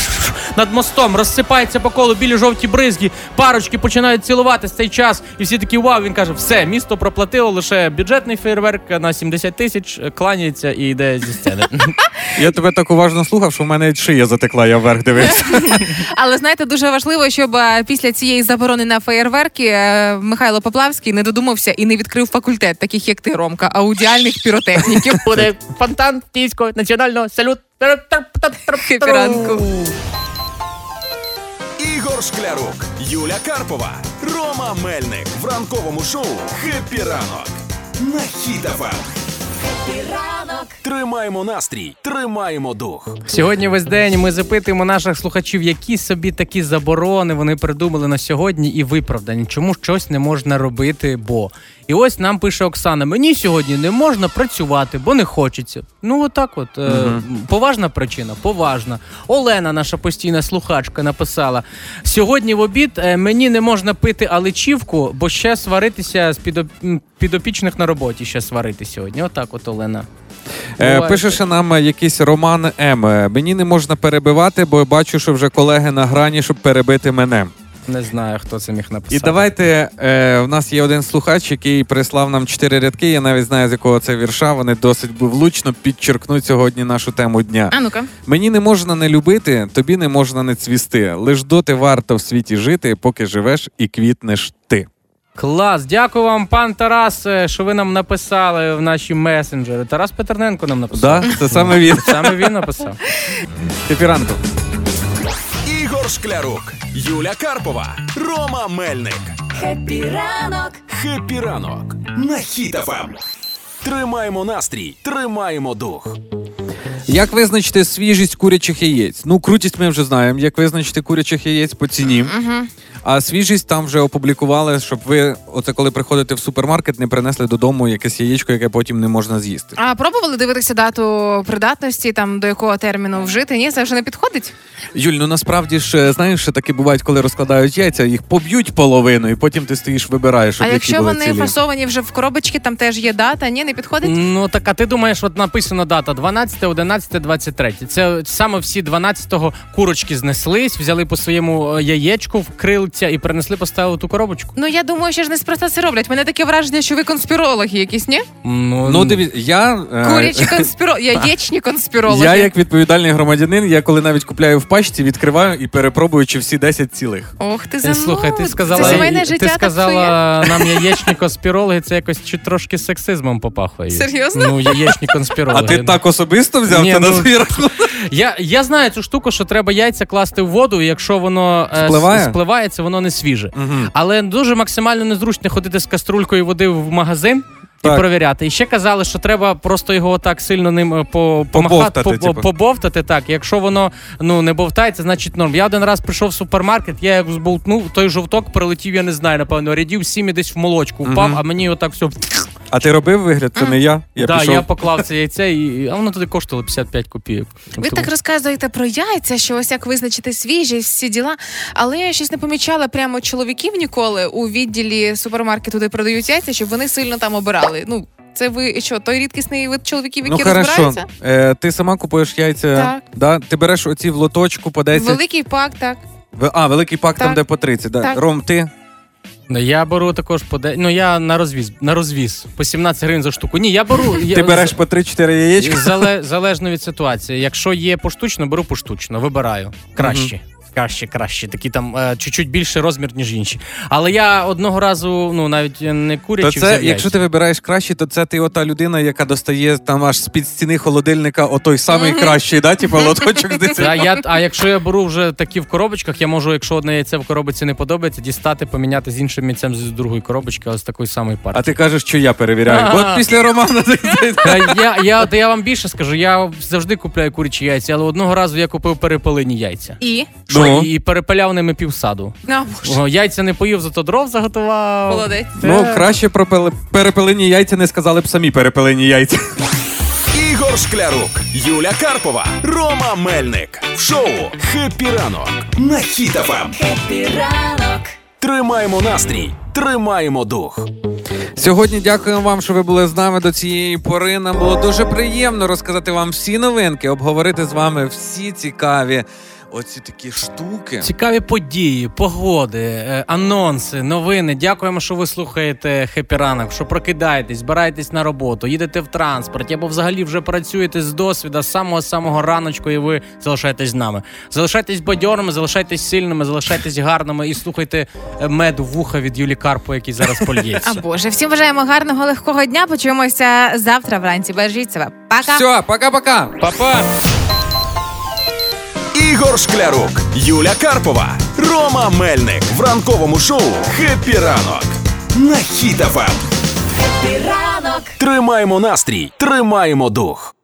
Speaker 2: над мостом, розсипається по колу білі жовті бризги, парочки починають цілуватись цей час, і всі такі вау. Він каже: все, місто проплатило лише бюджетний фейерверк на 70 тисяч, кланяється і йде зі сцени.
Speaker 4: Я тебе так уважно слухав, що в мене шия затекла, я вверх дивився.
Speaker 3: Але знаєте, дуже важливо, щоб е, після цієї заборони на феєрверки е, Михайло Поплавський не додумався і не відкрив факультет, таких як ти, Ромка, аудіальних піротехніків.
Speaker 2: Буде фонтан, тісько, національно, салют.
Speaker 3: Хепіранку.
Speaker 1: Ігор Шклярук, Юля Карпова, Рома Мельник в ранковому шоу «Хеппі ранок» на Хітафам. Тримаємо настрій, тримаємо дух.
Speaker 2: Сьогодні весь день ми запитуємо наших слухачів, які собі такі заборони вони придумали на сьогодні і виправдані, чому щось не можна робити, бо і ось нам пише Оксана: мені сьогодні не можна працювати, бо не хочеться. Ну отак, от е, поважна причина, поважна. Олена, наша постійна слухачка, написала: сьогодні в обід е, мені не можна пити алечівку, бо ще сваритися з підо- м, підопічних на роботі. Ще сварити сьогодні. Отак, от Олена.
Speaker 4: Е,
Speaker 2: Буває
Speaker 4: Пише ще нам е, якийсь Роман М. Е, Мені не можна перебивати, бо я бачу, що вже колеги на грані, щоб перебити мене.
Speaker 2: Не знаю, хто це міг написати.
Speaker 4: І давайте е, в нас є один слухач, який прислав нам чотири рядки. Я навіть знаю, з якого це вірша. Вони досить би влучно підчеркнуть сьогодні нашу тему дня.
Speaker 3: А ну-ка.
Speaker 4: Мені не можна не любити, тобі не можна не цвісти. Лиш доти варто в світі жити, поки живеш і квітнеш ти.
Speaker 2: Клас, дякую вам, пан Тарас, е, що ви нам написали в наші месенджери. Тарас Петерненко нам написав.
Speaker 4: Да, це саме він.
Speaker 2: Саме він написав.
Speaker 4: Тепіранку.
Speaker 1: Ігор Шклярук, Юля Карпова, Рома Мельник. Хеппі ранок! Хеппі ранок на Хітафам. Тримаємо настрій, тримаємо дух.
Speaker 4: Як визначити свіжість курячих яєць? Ну, крутість ми вже знаємо. Як визначити курячих яєць по ціні. А свіжість там вже опублікували, щоб ви, оце коли приходите в супермаркет, не принесли додому якесь яєчко, яке потім не можна з'їсти.
Speaker 3: А пробували дивитися дату придатності, там до якого терміну вжити? Ні, це вже не підходить.
Speaker 4: Юль, ну насправді ж е, знаєш, що таке бувають, коли розкладають яйця, їх поб'ють половину, і потім ти стоїш, вибираєш.
Speaker 3: а
Speaker 4: щоб які
Speaker 3: якщо
Speaker 4: були
Speaker 3: вони
Speaker 4: цілі.
Speaker 3: фасовані вже в коробочки, там теж є дата. Ні, не підходить.
Speaker 2: Ну так, а ти думаєш, от написана дата 12, 11, 23. Це саме всі 12-го курочки знеслись, взяли по своєму е, яєчку, вкрили це і принесли, поставили ту коробочку.
Speaker 3: Ну я думаю, що ж неспроста це роблять. Мене таке враження, що ви конспірологи якісь, ні?
Speaker 4: Ну диві, я е,
Speaker 3: Курячі конспіро... яєчні конспірологи.
Speaker 4: Я як відповідальний громадянин, я коли навіть купляю в пачці, відкриваю і перепробую, чи всі 10 цілих.
Speaker 3: Ох, ти
Speaker 2: Е,
Speaker 3: зануд.
Speaker 2: Слухай, ти сказала,
Speaker 3: це сімейне
Speaker 2: ти
Speaker 3: життя так
Speaker 2: сказала нам яєчні конспірологи, це якось чи трошки сексизмом попахує.
Speaker 3: Серйозно?
Speaker 2: Ну, яєчні конспірологи.
Speaker 4: А ти
Speaker 2: Ну,
Speaker 4: так особисто взяв
Speaker 2: Ні,
Speaker 4: це на
Speaker 2: ну,
Speaker 4: свій рахунок?
Speaker 2: Я, я знаю цю штуку, що треба яйця класти в воду, і якщо воно е,
Speaker 4: Спливає?
Speaker 2: с- спливає, це воно не свіже.
Speaker 4: Мгм.
Speaker 2: Але дуже максимально незручно ходити з каструлькою води в магазин. І
Speaker 4: Так.
Speaker 2: перевіряти. І ще казали, що треба просто його так сильно ним е, по, помахати,
Speaker 4: Побовтати,
Speaker 2: по- по-
Speaker 4: типу.
Speaker 2: побовтати. Так, якщо воно ну не бовтається, значить норм. Я один раз прийшов в супермаркет, я як зболтнув, той жовток прилетів, я не знаю, напевно, рядів сім і десь в молочку впав,
Speaker 4: Мгм.
Speaker 2: а мені отак все.
Speaker 4: А ти робив вигляд, це не я. Я
Speaker 2: да,
Speaker 4: пішов.
Speaker 2: я поклав це яйце, і а воно туди коштувало 55 копійок. Тобто
Speaker 3: Ви так розказуєте про яйця, що ось як визначити свіжість, всі діла. Але я щось не помічала прямо чоловіків ніколи у відділі супермаркету, де продають яйця, щоб вони сильно там обирали. Ну це ви що, той рідкісний вид чоловіків,
Speaker 4: Ну
Speaker 3: які
Speaker 4: хорошо,
Speaker 3: розбираються?
Speaker 4: е, ти сама купуєш яйця,
Speaker 3: Так.
Speaker 4: Да? ти береш оці в лоточку по 10.
Speaker 3: Великий пак, так.
Speaker 4: В- А, великий пак
Speaker 3: Так.
Speaker 4: там, де по 30. Да.
Speaker 3: Так.
Speaker 4: Ром, ти?
Speaker 2: Ну, я беру також по де... Ну я на розвіз, на розвіз по 17 гривень за штуку. Ні, я беру я...
Speaker 4: ти береш по 3-4 яєчка.
Speaker 2: зале... залежно від ситуації. Якщо є поштучно, беру поштучно, вибираю. Краще. Краще, краще, такі там е, чуть-чуть більший розмір, ніж інші. Але я одного разу, ну навіть не
Speaker 4: То
Speaker 2: курячі
Speaker 4: це, якщо ти вибираєш краще, то це ти ота людина, яка достає там аж з-під стіни холодильника отой самий кращий, да? Типа лоточок з 10.
Speaker 2: а, я, а якщо я беру вже такі в коробочках, я можу, якщо одне яйце в коробочці не подобається, дістати, поміняти з іншим яйцем з другої коробочки, але з такої самої пари.
Speaker 4: А ти кажеш, що я перевіряю.
Speaker 2: А.
Speaker 4: От після Романа ти-
Speaker 2: Та я, я, та я вам більше скажу, я завжди купляю курячі яйця, але одного разу я купив перепилені яйця.
Speaker 3: І
Speaker 4: Ну.
Speaker 2: І перепиляв ними півсаду.
Speaker 3: на боже,
Speaker 2: О, Яйця не поїв, зато дров заготував.
Speaker 3: молодець.
Speaker 4: Ну, краще про пеле- перепелені яйця не сказали б самі перепелені яйця.
Speaker 1: Ігор Шклярук, Юля Карпова, Рома Мельник в шоу «Хеппі ранок» на Хітафам. Тримаємо настрій, тримаємо дух.
Speaker 4: Сьогодні дякуємо вам, що ви були з нами до цієї пори. Нам було дуже приємно розказати вам всі новинки, обговорити з вами всі цікаві оці такі штуки.
Speaker 2: Цікаві події, погоди, е, анонси, новини. Дякуємо, що ви слухаєте «Хеппі ранок», що прокидаєтесь, збираєтесь на роботу, їдете в транспорті або взагалі вже працюєте з досвіда з самого самого раночку, і ви залишаєтесь з нами. Залишайтесь бадьорами, залишайтесь сильними, залишайтесь гарними і слухайте е, мед у вуха від Юлі Карпо, який зараз
Speaker 3: А
Speaker 2: польється.
Speaker 3: боже, всім бажаємо гарного легкого дня. Почуємося завтра вранці. Бережіть себе. Пока.
Speaker 4: Все, пока-пока.
Speaker 2: Па-па!
Speaker 1: Ігор Шклярук, Юля Карпова, Рома Мельник в ранковому шоу «Хеппі ранок» на Ем. Хіт-ФМ.
Speaker 5: Ранок!
Speaker 1: Тримаємо настрій, тримаємо дух.